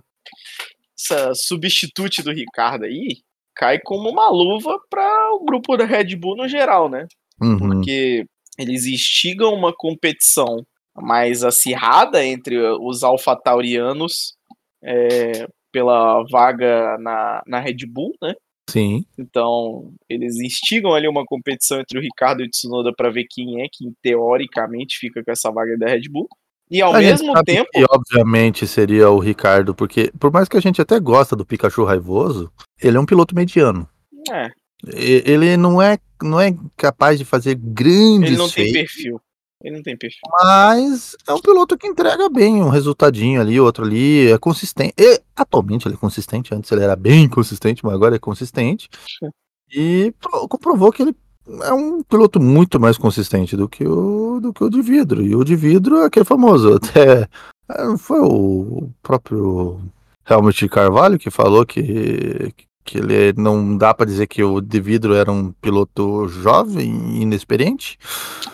[SPEAKER 3] essa substitute do Ricardo aí cai como uma luva para o grupo da Red Bull no geral, né?
[SPEAKER 2] Uhum.
[SPEAKER 3] porque eles instigam uma competição mais acirrada entre os alfataurianos é, pela vaga na, na Red Bull, né?
[SPEAKER 2] Sim.
[SPEAKER 3] Então, eles instigam ali uma competição entre o Ricardo e o Tsunoda para ver quem é que teoricamente fica com essa vaga da Red Bull. E ao
[SPEAKER 2] A gente
[SPEAKER 3] mesmo
[SPEAKER 2] sabe
[SPEAKER 3] tempo,
[SPEAKER 2] que, é obviamente, seria o Ricardo, porque por mais que a gente até gosta do Pikachu raivoso, ele é um piloto mediano.
[SPEAKER 3] é,
[SPEAKER 2] E- Ele não é, não é capaz de fazer grandes
[SPEAKER 3] ele não tem
[SPEAKER 2] feitos,
[SPEAKER 3] perfil. Ele não tem perfil.
[SPEAKER 2] mas é um piloto que entrega bem um resultadinho ali, outro ali, é consistente. E, atualmente ele é consistente, antes ele era bem consistente, mas agora é consistente. E pro- comprovou que ele é um piloto muito mais consistente do que o do que o de vidro. E o de vidro é aquele famoso, até é, não foi o próprio Helmut Carvalho que falou que que ele não dá pra dizer que o de vidro era um piloto jovem, inexperiente.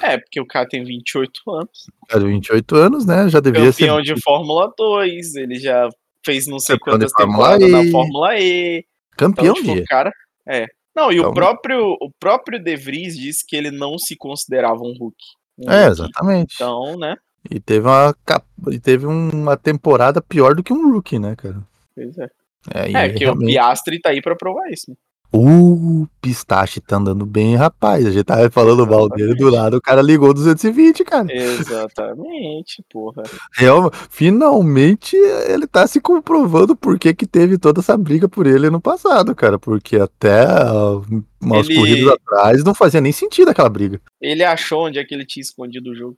[SPEAKER 3] É, porque o cara tem 28 anos,
[SPEAKER 2] Era 28 anos, né? Já devia
[SPEAKER 3] campeão
[SPEAKER 2] ser.
[SPEAKER 3] de Fórmula 2, ele já fez não sei
[SPEAKER 2] Campeão de
[SPEAKER 3] quantas
[SPEAKER 2] Fórmula
[SPEAKER 3] temporadas na
[SPEAKER 2] E.
[SPEAKER 3] Fórmula E. Então,
[SPEAKER 2] Campeão
[SPEAKER 3] tipo,
[SPEAKER 2] de.
[SPEAKER 3] o cara. É. Não, e
[SPEAKER 2] Então-
[SPEAKER 3] o próprio o próprio De Vries disse que ele não se considerava um Hulk. Um
[SPEAKER 2] É,
[SPEAKER 3] rookie.
[SPEAKER 2] exatamente.
[SPEAKER 3] Então, né?
[SPEAKER 2] E teve uma, cap- e teve um, uma temporada pior do que um rookie, né, cara?
[SPEAKER 3] Pois é.
[SPEAKER 2] É, e
[SPEAKER 3] É, porque o
[SPEAKER 2] realmente-
[SPEAKER 3] Piastri tá aí pra provar isso. né?
[SPEAKER 2] O Pistache tá andando bem, rapaz. A gente tava falando mal dele do
[SPEAKER 3] Exatamente. É.
[SPEAKER 2] lado, o cara ligou 220, cara.
[SPEAKER 3] Exatamente, porra.
[SPEAKER 2] Real, finalmente ele tá se comprovando por que que teve toda essa briga por ele no passado, cara. Porque até ah, umas
[SPEAKER 3] Ele-
[SPEAKER 2] corridas atrás não fazia nem sentido aquela briga.
[SPEAKER 3] Ele achou onde é que ele tinha escondido o jogo.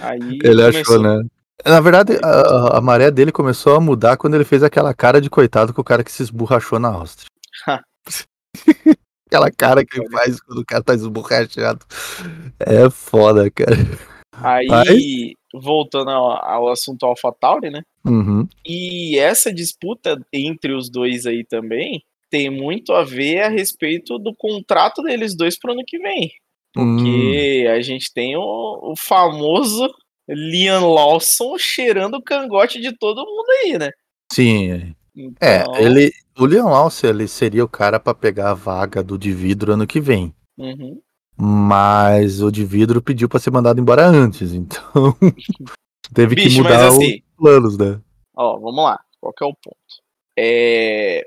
[SPEAKER 3] Aí
[SPEAKER 2] ele
[SPEAKER 3] começou.
[SPEAKER 2] achou, né? Na verdade, a, a maré dele começou a mudar quando ele fez aquela cara de coitado com o cara que se esborrachou na Áustria. aquela cara que ele faz quando o cara tá esborrachado. É foda, cara.
[SPEAKER 3] Aí, voltando ao, ao assunto AlphaTauri, né?
[SPEAKER 2] Uhum.
[SPEAKER 3] E essa disputa entre os dois aí também tem muito a ver a respeito do contrato deles dois pro ano que vem.
[SPEAKER 2] Hum,
[SPEAKER 3] Porque a gente tem o, o famoso Liam Lawson cheirando o cangote de todo mundo aí, né?
[SPEAKER 2] sim. É,
[SPEAKER 3] Então,
[SPEAKER 2] ele, o Leon Alce ele seria o cara pra pegar a vaga do de vidro ano que vem.
[SPEAKER 3] uhum.
[SPEAKER 2] Mas o de vidro pediu pra ser mandado embora antes, então teve que
[SPEAKER 3] Bicho, mas
[SPEAKER 2] mudar
[SPEAKER 3] assim,
[SPEAKER 2] os planos, né?
[SPEAKER 3] ó, vamos lá. Qual que é o ponto? É,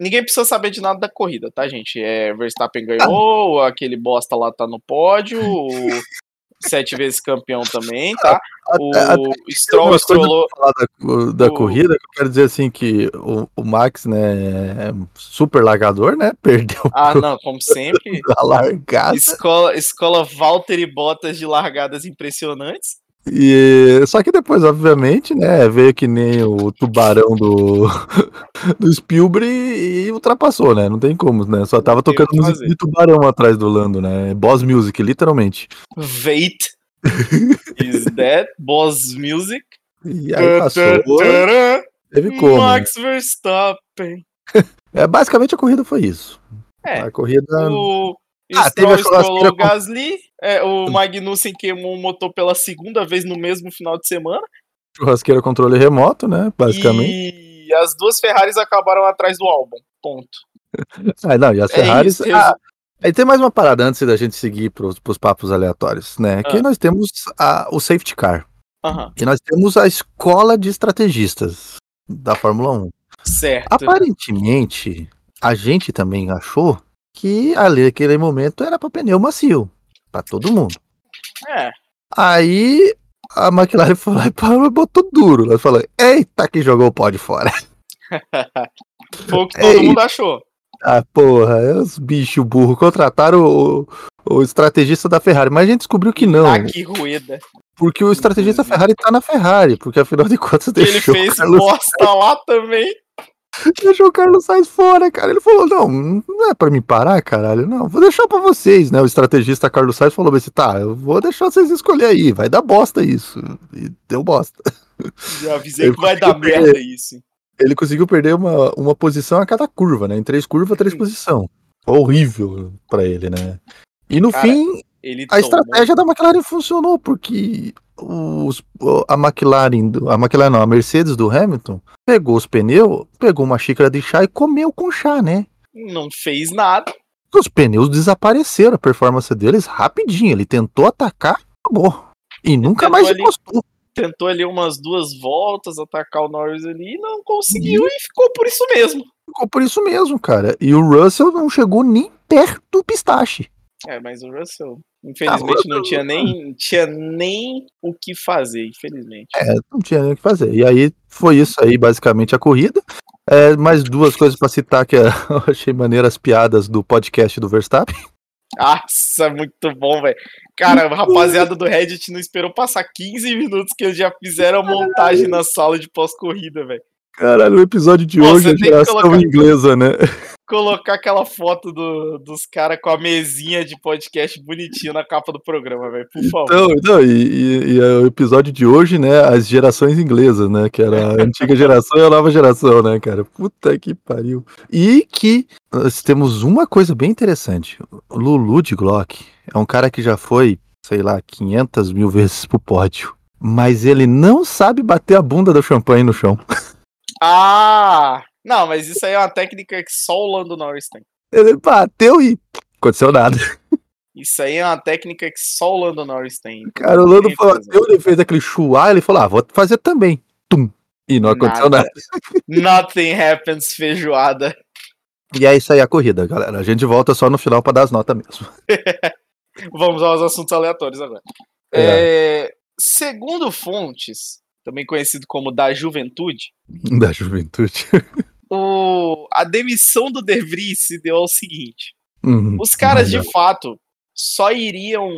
[SPEAKER 3] Ninguém precisa saber de nada da corrida, tá, gente? É, Verstappen
[SPEAKER 2] Tá.
[SPEAKER 3] ganhou, aquele bosta lá tá no pódio, o sete vezes campeão também, tá? O
[SPEAKER 2] Até- até
[SPEAKER 3] Stroll
[SPEAKER 2] umas coisas-
[SPEAKER 3] estrolou.
[SPEAKER 2] falar da, da
[SPEAKER 3] O-
[SPEAKER 2] corrida, eu quero dizer assim que o, o Max, né, é um super largador, né? Perdeu
[SPEAKER 3] Ah, não, como sempre.
[SPEAKER 2] a largada.
[SPEAKER 3] Escola, escola Walter e Bottas de largadas impressionantes.
[SPEAKER 2] E, só que depois, obviamente, né, veio que nem o tubarão do, do Spielberg e ultrapassou, né? Não tem como, né? Só tava
[SPEAKER 3] tem o que
[SPEAKER 2] tocando música
[SPEAKER 3] fazer.
[SPEAKER 2] de tubarão atrás do Lando, né? Boss Music, literalmente.
[SPEAKER 3] Wait. Is that boss music?
[SPEAKER 2] E aí passou,
[SPEAKER 3] Tarará,
[SPEAKER 2] teve como. né?
[SPEAKER 3] Max Verstappen.
[SPEAKER 2] É, basicamente a corrida foi isso.
[SPEAKER 3] É.
[SPEAKER 2] A corrida.
[SPEAKER 3] O
[SPEAKER 2] Ah, teve a
[SPEAKER 3] Stroll estourou
[SPEAKER 2] churrasqueira com-
[SPEAKER 3] o Gasly. É, o Magnussen queimou o motor pela segunda vez no mesmo final de semana.
[SPEAKER 2] Churrasqueira controle remoto, né? Basicamente.
[SPEAKER 3] E as duas Ferraris acabaram atrás do álbum. Ponto.
[SPEAKER 2] Ah, não, e as
[SPEAKER 3] É
[SPEAKER 2] Ferraris.
[SPEAKER 3] isso,
[SPEAKER 2] ah, aí tem mais uma parada antes da gente seguir pros, pros papos aleatórios, né? Que
[SPEAKER 3] Ah.
[SPEAKER 2] nós temos a- o safety car.
[SPEAKER 3] Aham,
[SPEAKER 2] E nós temos a escola de estrategistas da Fórmula 1.
[SPEAKER 3] certo.
[SPEAKER 2] Aparentemente, a gente também achou que ali aquele momento era para pneu macio. para todo mundo.
[SPEAKER 3] É,
[SPEAKER 2] Aí a McLaren foi lá e parou e botou duro. Ela falou: Eita, que jogou o pó de fora.
[SPEAKER 3] foi o que todo
[SPEAKER 2] Ei.
[SPEAKER 3] mundo achou.
[SPEAKER 2] Ah, porra, é os bichos burro contrataram o, o estrategista da Ferrari, mas a gente descobriu que não,
[SPEAKER 3] Ah, que rueda.
[SPEAKER 2] porque o estrategista da
[SPEAKER 3] inclusive.
[SPEAKER 2] Ferrari tá na Ferrari, porque afinal de contas
[SPEAKER 3] Que Uhum. ele
[SPEAKER 2] deixou,
[SPEAKER 3] fez
[SPEAKER 2] o Carlos,
[SPEAKER 3] bosta lá também.
[SPEAKER 2] deixou o Carlos Sainz fora, cara. Ele falou: "Não, não é pra me parar, caralho. Não, vou deixar pra vocês", né? O estrategista Carlos Sainz falou assim: "Tá, eu vou deixar vocês escolher aí, vai dar bosta isso". E deu bosta.
[SPEAKER 3] Já avisei
[SPEAKER 2] Eu
[SPEAKER 3] que vai dar
[SPEAKER 2] consegui ver.
[SPEAKER 3] merda isso.
[SPEAKER 2] Ele conseguiu perder uma, uma posição a cada curva, né? Em três curvas, três posição. Horrível pra ele, né? E no
[SPEAKER 3] Cara,
[SPEAKER 2] fim,
[SPEAKER 3] Ele
[SPEAKER 2] a
[SPEAKER 3] tomou.
[SPEAKER 2] estratégia da McLaren funcionou, porque os, a McLaren, do- a McLaren não, a Mercedes do Hamilton, pegou os pneus, pegou uma xícara de chá e comeu com chá, né?
[SPEAKER 3] não fez nada.
[SPEAKER 2] Os pneus desapareceram, a performance deles rapidinho, ele tentou atacar, acabou. E nunca
[SPEAKER 3] tentou
[SPEAKER 2] mais
[SPEAKER 3] ali-
[SPEAKER 2] encostou.
[SPEAKER 3] tentou ali umas duas voltas, atacar o Norris ali, não
[SPEAKER 2] Uhum.
[SPEAKER 3] conseguiu e ficou por isso mesmo.
[SPEAKER 2] Ficou por isso mesmo, cara. E o Russell não chegou nem perto do pistache.
[SPEAKER 3] É, mas o Russell, infelizmente, não tinha nem, tinha nem o que fazer, infelizmente.
[SPEAKER 2] É, não tinha nem o que fazer. E aí foi isso aí, basicamente, a corrida. É, mais duas coisas pra citar que eu achei maneira as piadas do podcast do Verstappen.
[SPEAKER 3] Nossa, muito bom, velho. Cara, a rapaziada do Reddit não esperou passar 15 minutos que eles já fizeram a montagem na sala de pós-corrida, velho.
[SPEAKER 2] Caralho, o episódio de
[SPEAKER 3] Nossa,
[SPEAKER 2] hoje é
[SPEAKER 3] tem que
[SPEAKER 2] geração
[SPEAKER 3] colocar-
[SPEAKER 2] inglesa, né?
[SPEAKER 3] Colocar aquela foto do- dos caras com a mesinha de podcast bonitinha na capa do programa, velho. Por favor.
[SPEAKER 2] Então, então, e, e- e é o episódio de hoje, né? As gerações inglesas, né? Que era a antiga geração e a nova geração, né, cara? Puta que pariu. E que nós temos uma coisa bem interessante. O Lulu de Glock é um cara que já foi, sei lá, 500 mil vezes pro pódio. Mas ele não sabe bater a bunda do champanhe no chão.
[SPEAKER 3] Ah! Não, mas isso aí é uma técnica que só o Lando Norris tem.
[SPEAKER 2] Ele bateu e aconteceu nada.
[SPEAKER 3] Isso aí é uma técnica que só o Lando Norris tem.
[SPEAKER 2] Cara, o Lando
[SPEAKER 3] Ninguém
[SPEAKER 2] falou,
[SPEAKER 3] faz, né?
[SPEAKER 2] eu ele fez aquele chuá, ele falou, ah, vou fazer também. Tum. E não aconteceu nada.
[SPEAKER 3] Nada. Nothing happens feijoada.
[SPEAKER 2] E é isso aí a corrida, galera. A gente volta só no final pra dar as notas mesmo.
[SPEAKER 3] Vamos aos assuntos aleatórios agora. É, segundo fontes, também conhecido como da juventude,
[SPEAKER 2] Da juventude.
[SPEAKER 3] o- a demissão do De Vries se deu ao seguinte.
[SPEAKER 2] Uhum.
[SPEAKER 3] Os caras, de fato, só iriam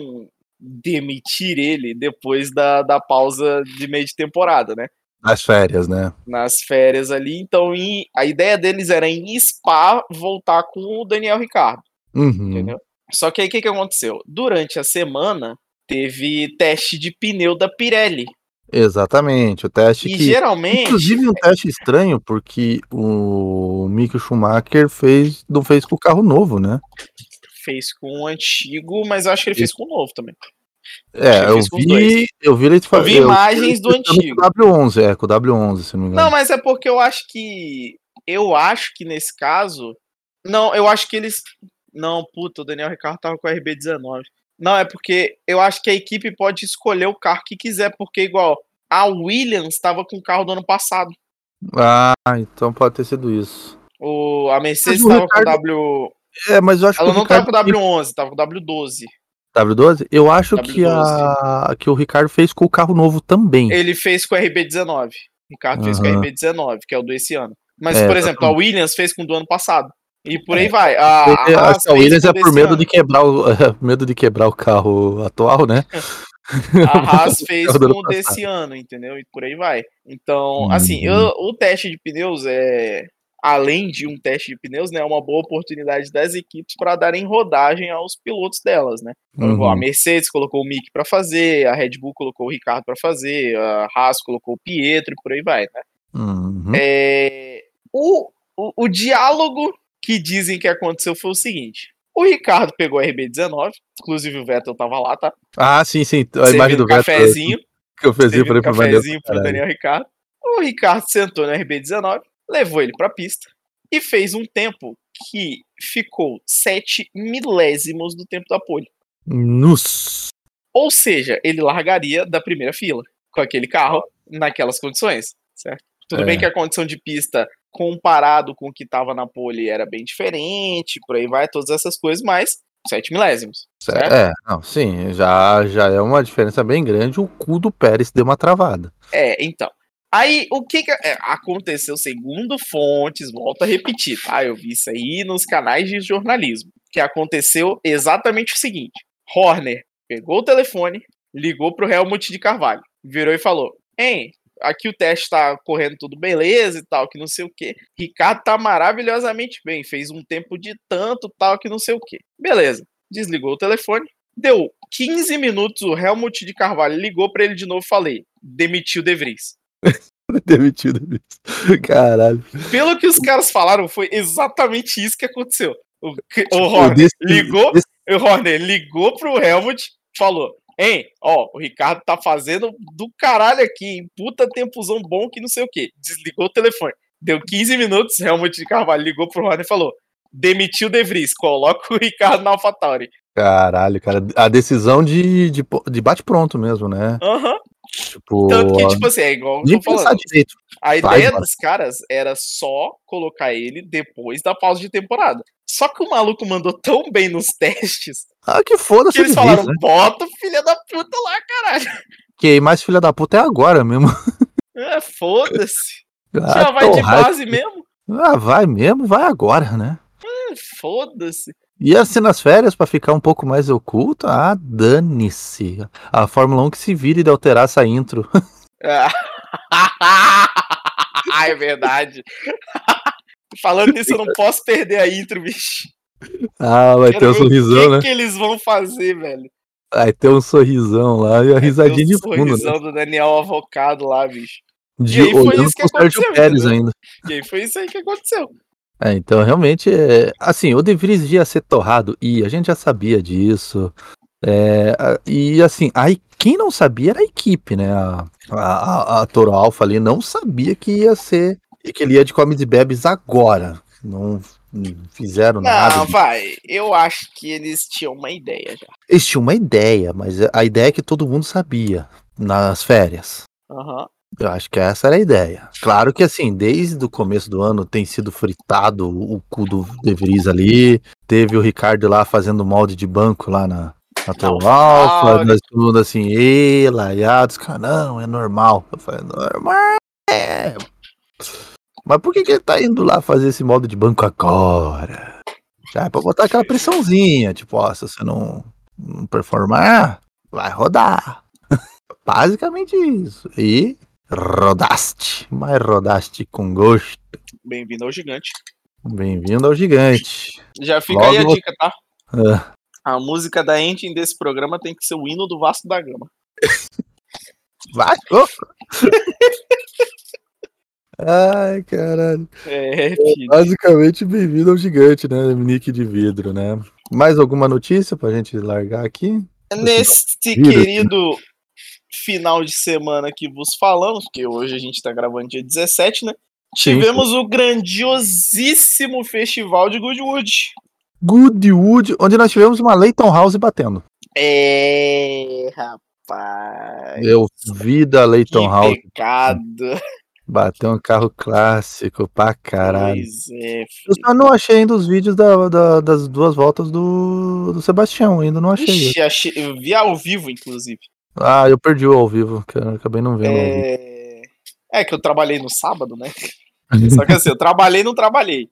[SPEAKER 3] demitir ele depois da, da pausa de meio de temporada, né?
[SPEAKER 2] As férias, né?
[SPEAKER 3] Nas férias ali. Então, e a ideia deles era em Spa voltar com o Daniel Ricardo,
[SPEAKER 2] Uhum.
[SPEAKER 3] entendeu? Só que aí, o que, que aconteceu? Durante a semana, teve teste de pneu da Pirelli.
[SPEAKER 2] Exatamente. O teste
[SPEAKER 3] E
[SPEAKER 2] que. é
[SPEAKER 3] geralmente...
[SPEAKER 2] Inclusive um teste estranho, porque o Mick Schumacher fez, não fez com o carro novo, né?
[SPEAKER 3] Fez com o antigo, mas eu acho que ele fez com o novo também.
[SPEAKER 2] Ah.
[SPEAKER 3] Acho
[SPEAKER 2] É,
[SPEAKER 3] que
[SPEAKER 2] eu
[SPEAKER 3] fez com os
[SPEAKER 2] vi,
[SPEAKER 3] dois.
[SPEAKER 2] eu vi ele
[SPEAKER 3] Eu vi
[SPEAKER 2] eu vi
[SPEAKER 3] imagens
[SPEAKER 2] ele
[SPEAKER 3] do
[SPEAKER 2] testando
[SPEAKER 3] antigo.
[SPEAKER 2] Com o W11, é, com o W11, se não me engano.
[SPEAKER 3] Não, mas é porque eu acho que. Eu acho que nesse caso. Não, eu acho que eles. Não, puta, o Daniel Ricardo tava com o RB19. Não, é porque eu acho que a equipe pode escolher o carro que quiser, porque igual a Williams tava com o carro do ano passado.
[SPEAKER 2] Ah, então pode ter sido isso.
[SPEAKER 3] O, a Mercedes
[SPEAKER 2] Mas o
[SPEAKER 3] tava com o
[SPEAKER 2] Ricardo-
[SPEAKER 3] W.
[SPEAKER 2] É, mas eu acho
[SPEAKER 3] Ela
[SPEAKER 2] que o
[SPEAKER 3] não tava com o
[SPEAKER 2] Ricardo-
[SPEAKER 3] W11, tava com o W12.
[SPEAKER 2] W12? Eu acho que,
[SPEAKER 3] W12.
[SPEAKER 2] a, que o Ricardo fez com o carro novo também.
[SPEAKER 3] Ele fez com o RB19. O Ricardo fez com o
[SPEAKER 2] Aham.
[SPEAKER 3] RB19, que é o do esse ano. Mas,
[SPEAKER 2] É,
[SPEAKER 3] por exemplo, a Williams fez com o do ano passado. E por aí vai. A,
[SPEAKER 2] Porque acho
[SPEAKER 3] a Haas
[SPEAKER 2] que a
[SPEAKER 3] Ah, fez
[SPEAKER 2] Williams
[SPEAKER 3] com
[SPEAKER 2] é
[SPEAKER 3] o
[SPEAKER 2] por
[SPEAKER 3] desse
[SPEAKER 2] medo
[SPEAKER 3] ano.
[SPEAKER 2] de quebrar o é, medo de quebrar o carro atual, né?
[SPEAKER 3] A Haas fez
[SPEAKER 2] Rodando
[SPEAKER 3] com o
[SPEAKER 2] pra
[SPEAKER 3] desse ano, entendeu? E por aí vai. Então,
[SPEAKER 2] Uhum.
[SPEAKER 3] assim, eu- o teste de pneus é. Além de um teste de pneus, né? É uma boa oportunidade das equipes para darem rodagem aos pilotos delas, né? Então, igual a
[SPEAKER 2] Uhum.
[SPEAKER 3] Mercedes colocou o Mick para fazer, a Red Bull colocou o Ricardo para fazer, a Haas colocou o Pietro e por aí vai, né?
[SPEAKER 2] Uhum.
[SPEAKER 3] É, o, o, o diálogo que dizem que aconteceu foi o seguinte: o Ricardo pegou a RB19, inclusive o Vettel tava lá, tá?
[SPEAKER 2] Ah, sim, sim. A
[SPEAKER 3] Servindo
[SPEAKER 2] imagem do
[SPEAKER 3] um
[SPEAKER 2] Vettel
[SPEAKER 3] cafezinho
[SPEAKER 2] que eu fiz
[SPEAKER 3] teve
[SPEAKER 2] para
[SPEAKER 3] um
[SPEAKER 2] ele maneiro.
[SPEAKER 3] cafezinho pro Daniel Ricardo. O Ricardo sentou no RB19, levou ele pra pista e fez um tempo que ficou 7 milésimos do tempo da pole.
[SPEAKER 2] Nos.
[SPEAKER 3] Ou seja, ele largaria da primeira fila com aquele carro naquelas condições, certo? Tudo
[SPEAKER 2] É.
[SPEAKER 3] bem que a condição de pista comparado com o que tava na pole era bem diferente, por aí vai, todas essas coisas, mas 7 milésimos. Certo?
[SPEAKER 2] É, não, sim, já, já é uma diferença bem grande. O cu do Pérez deu uma travada.
[SPEAKER 3] É, então. Aí, o que, que é, aconteceu, segundo fontes, volto a repetir, tá? Eu vi isso aí nos canais de jornalismo, que aconteceu exatamente o seguinte. Horner pegou o telefone, ligou pro Helmut de Carvalho, virou e falou, hein, aqui o teste tá correndo tudo beleza e tal, que não sei o quê. Ricardo tá maravilhosamente bem, fez um tempo de tanto, tal, que não sei o quê. Beleza, desligou o telefone, Deu 15 minutos, o Helmut de Carvalho ligou pra ele de novo e falei: demitiu o De Vries.
[SPEAKER 2] Demitido isso. Caralho.
[SPEAKER 3] Pelo que os caras falaram, foi exatamente isso que aconteceu. O, que- o
[SPEAKER 2] Eu
[SPEAKER 3] Horner,
[SPEAKER 2] desse-
[SPEAKER 3] ligou?
[SPEAKER 2] desse-
[SPEAKER 3] o Horner ligou pro Helmut, falou: Hein, ó, o Ricardo tá fazendo do caralho aqui, hein? Puta tempozão bom que não sei o quê. Desligou o telefone. Deu 15 minutos, Helmut de Carvalho ligou pro Horner e falou: demitiu o De Vries, coloca o Ricardo na AlphaTauri.
[SPEAKER 2] Caralho, cara. A decisão de, de, po- de bate-pronto mesmo, né?
[SPEAKER 3] Aham.
[SPEAKER 2] Tipo,
[SPEAKER 3] Tanto que, tipo assim, é igual eu
[SPEAKER 2] nem
[SPEAKER 3] tô falando.
[SPEAKER 2] pensar direito.
[SPEAKER 3] A
[SPEAKER 2] Faz,
[SPEAKER 3] ideia
[SPEAKER 2] mano.
[SPEAKER 3] dos caras era só colocar ele depois da pausa de temporada. Só que o maluco mandou tão bem nos testes
[SPEAKER 2] Ah, que foda-se
[SPEAKER 3] que eles
[SPEAKER 2] de
[SPEAKER 3] falaram:
[SPEAKER 2] vez, né?
[SPEAKER 3] bota o filho da puta lá,
[SPEAKER 2] Que mais filha da puta é agora mesmo.
[SPEAKER 3] cara. É, Foda-se.
[SPEAKER 2] Ah,
[SPEAKER 3] Já vai de
[SPEAKER 2] torrar-
[SPEAKER 3] base mesmo?
[SPEAKER 2] Ah, vai mesmo, vai agora, né?
[SPEAKER 3] É, Foda-se.
[SPEAKER 2] E assim nas férias, pra ficar um pouco mais oculto, ah, dane-se. A Fórmula 1 que se vire de alterar essa intro.
[SPEAKER 3] Ah, é verdade. Falando nisso, eu não posso perder a intro, bicho.
[SPEAKER 2] Ah, vai
[SPEAKER 3] Quero
[SPEAKER 2] ter um
[SPEAKER 3] ver o
[SPEAKER 2] sorrisão,
[SPEAKER 3] que,
[SPEAKER 2] né?
[SPEAKER 3] que eles vão fazer, velho?
[SPEAKER 2] Vai ter um sorrisão lá e a risadinha
[SPEAKER 3] Tem
[SPEAKER 2] de
[SPEAKER 3] um
[SPEAKER 2] fundo, né?
[SPEAKER 3] sorrisão do Daniel Avocado lá, bicho.
[SPEAKER 2] De
[SPEAKER 3] E aí foi
[SPEAKER 2] olhando
[SPEAKER 3] isso que
[SPEAKER 2] pro Sérgio
[SPEAKER 3] aconteceu,
[SPEAKER 2] Pérez
[SPEAKER 3] entendeu?
[SPEAKER 2] ainda.
[SPEAKER 3] E aí foi isso aí que aconteceu.
[SPEAKER 2] É, então realmente, é, assim, o De Vries ia ser torrado e a gente já sabia disso. É, a- e assim, aí quem não sabia era a equipe, né? A, a, a- a Toro Alfa ali não sabia que ia ser e que ele ia de comes e bebes agora. Não fizeram nada.
[SPEAKER 3] Não, vai. Eu acho que eles tinham uma ideia já.
[SPEAKER 2] Eles tinham uma ideia, mas a ideia é que todo mundo sabia nas férias.
[SPEAKER 3] Aham.
[SPEAKER 2] Eu acho que essa era a ideia. Claro que assim, desde o começo do ano tem sido fritado o cu do De Vries ali. Teve o Ricardo lá fazendo molde de banco lá na, na Toro
[SPEAKER 3] Alfa,
[SPEAKER 2] Alfa.
[SPEAKER 3] Tauri.
[SPEAKER 2] Nós todo mundo assim, ei, laiados, cara, não, é normal. Eu falei, normal, é. Mas por que, que ele tá indo lá fazer esse molde de banco agora? Já é pra botar aquela pressãozinha, tipo, ó, se você não, não performar, vai rodar. Basicamente isso. E Rodaste, mas rodaste com gosto.
[SPEAKER 3] Bem-vindo ao gigante.
[SPEAKER 2] Bem-vindo ao gigante.
[SPEAKER 3] Já fica
[SPEAKER 2] Logo
[SPEAKER 3] aí a
[SPEAKER 2] você-
[SPEAKER 3] dica, tá?
[SPEAKER 2] Ah,
[SPEAKER 3] A música da ending desse programa tem que ser o hino do Vasco da Gama.
[SPEAKER 2] Vasco! Ai, caralho.
[SPEAKER 3] É, filho.
[SPEAKER 2] Basicamente, bem-vindo ao gigante, né? Nick de vidro, né? Mais alguma notícia pra gente largar aqui?
[SPEAKER 3] Neste
[SPEAKER 2] Vira,
[SPEAKER 3] querido final de semana que vos falamos, porque hoje a gente tá gravando dia 17, né? Tivemos o grandiosíssimo festival de Goodwood.
[SPEAKER 2] Goodwood, onde nós tivemos uma Leighton House batendo.
[SPEAKER 3] É, rapaz.
[SPEAKER 2] Eu vi da Leighton House.
[SPEAKER 3] que pecado.
[SPEAKER 2] Bateu um carro clássico pra caralho.
[SPEAKER 3] Pois é,
[SPEAKER 2] Eu só não achei ainda os vídeos da- da- das duas voltas do, do Sebastião, ainda não achei.
[SPEAKER 3] Ixi, achei- eu vi ao vivo, inclusive.
[SPEAKER 2] Ah, eu perdi o ao vivo, que eu acabei não vendo. ao vivo.
[SPEAKER 3] É... é que eu trabalhei no sábado, né? Só que assim, eu trabalhei não trabalhei.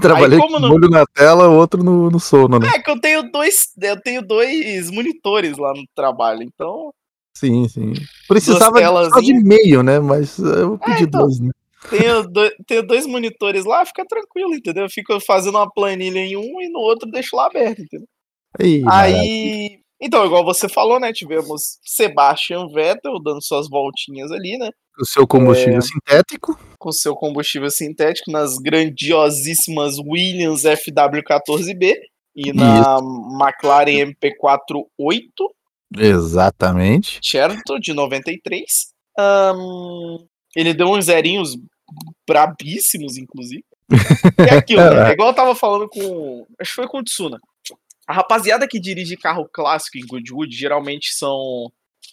[SPEAKER 2] Trabalhei
[SPEAKER 3] aí
[SPEAKER 2] com
[SPEAKER 3] como
[SPEAKER 2] um
[SPEAKER 3] não-
[SPEAKER 2] olho na tela, o outro no, no sono, né?
[SPEAKER 3] É que eu tenho dois, eu tenho dois monitores lá no trabalho, então
[SPEAKER 2] Sim, sim. Precisava de- só de
[SPEAKER 3] telazinhas.
[SPEAKER 2] meio, né? Mas eh, eu pedi
[SPEAKER 3] então.
[SPEAKER 2] dois, né?
[SPEAKER 3] tenho, do- tenho dois monitores lá, fica tranquilo, entendeu? Eu fico fazendo uma planilha em um e no outro deixo lá aberto, entendeu?
[SPEAKER 2] Ih, maravilha.
[SPEAKER 3] Aí, então, igual você falou, né? Tivemos Sebastian Vettel dando suas voltinhas ali, né?
[SPEAKER 2] o seu combustível sintético.
[SPEAKER 3] Com seu combustível sintético nas grandiosíssimas Williams FW14B e na McLaren MP48,
[SPEAKER 2] Exatamente.
[SPEAKER 3] certo? De 93. Ahn, ele deu uns zerinhos brabíssimos, inclusive. E aquilo, né? É igual eu tava falando com. Acho que foi com o Tsuna. A rapaziada que dirige carro clássico em Goodwood geralmente são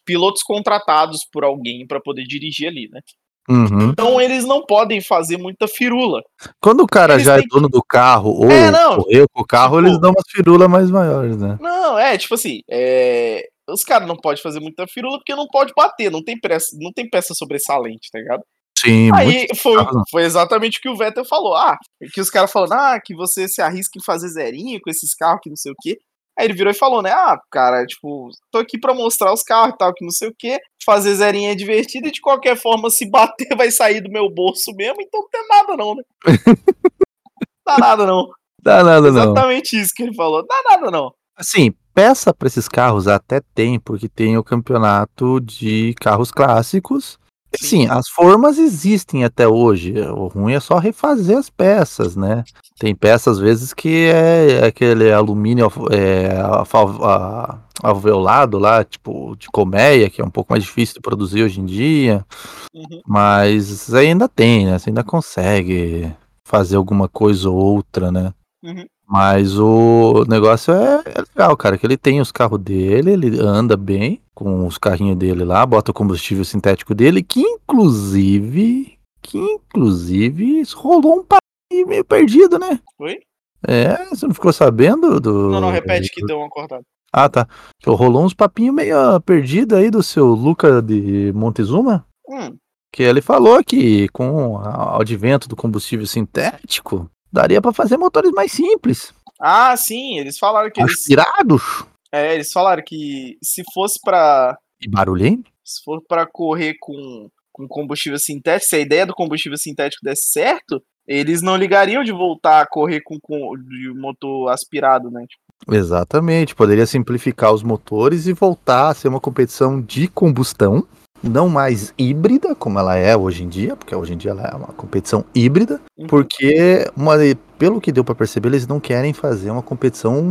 [SPEAKER 3] pilotos contratados por alguém pra poder dirigir ali, né?
[SPEAKER 2] Uhum.
[SPEAKER 3] Então eles não podem fazer muita firula.
[SPEAKER 2] Quando o cara
[SPEAKER 3] Eles
[SPEAKER 2] já é
[SPEAKER 3] têm-
[SPEAKER 2] dono do carro ou
[SPEAKER 3] É, não.
[SPEAKER 2] correu com o carro,
[SPEAKER 3] Tipo-
[SPEAKER 2] eles dão umas firulas mais maiores, né?
[SPEAKER 3] Não, é, tipo assim, é, os caras não podem fazer muita firula porque não pode bater, não tem peça, não tem peça sobressalente, tá ligado?
[SPEAKER 2] Sim, muito.
[SPEAKER 3] Aí foi,
[SPEAKER 2] carros não.
[SPEAKER 3] foi exatamente o que o Vettel falou. Ah, que os caras falando, ah, que você se arrisca em fazer zerinho com esses carros que não sei o quê. Aí ele virou e falou, né? Ah, cara, tipo, tô aqui pra mostrar os carros e tal, que não sei o quê. Fazer zerinho é divertido e de qualquer forma, se bater, vai sair do meu bolso mesmo, então não tem nada, não, né? Dá nada, não.
[SPEAKER 2] Dá nada, não.
[SPEAKER 3] Exatamente isso que ele falou. Dá nada, não.
[SPEAKER 2] Assim, peça para esses carros até tem, porque tem o campeonato de carros clássicos. Sim, as formas existem até hoje. O ruim é só refazer as peças, né? Tem peça às vezes que é aquele alumínio alf- é, alfa- a- alveolado lá, tipo de colmeia, que é um pouco mais difícil de produzir hoje em dia.
[SPEAKER 3] Uhum.
[SPEAKER 2] Mas ainda tem, né? Você ainda consegue fazer alguma coisa ou outra, né?
[SPEAKER 3] Uhum.
[SPEAKER 2] Mas o negócio é, é legal, cara, que ele tem os carros dele, ele anda bem com os carrinhos dele lá, bota o combustível sintético dele, que inclusive, que inclusive rolou um papo meio perdido, né?
[SPEAKER 3] Oi?
[SPEAKER 2] É, você não ficou sabendo do. É,
[SPEAKER 3] Não, não, repete que deu uma cortada.
[SPEAKER 2] Ah, tá. Rolou uns papinhos meio ah, perdido aí do seu Luca de Montezuma,
[SPEAKER 3] Hum,
[SPEAKER 2] que ele falou que com a- o advento do combustível sintético, daria pra fazer motores mais simples,
[SPEAKER 3] Ah, sim, eles falaram que eles,
[SPEAKER 2] aspirados
[SPEAKER 3] é, eles falaram que se fosse pra
[SPEAKER 2] e barulhentos.
[SPEAKER 3] se for para correr com, com combustível sintético, se a ideia do combustível sintético desse certo, eles não ligariam de voltar a correr com, com de motor aspirado, né? Tipo,
[SPEAKER 2] Exatamente, poderia simplificar os motores e voltar a ser uma competição de combustão, não mais híbrida, como ela é hoje em dia, porque hoje em dia ela é uma competição híbrida,
[SPEAKER 3] Uhum.
[SPEAKER 2] porque, uma, pelo que deu para perceber, eles não querem fazer uma competição,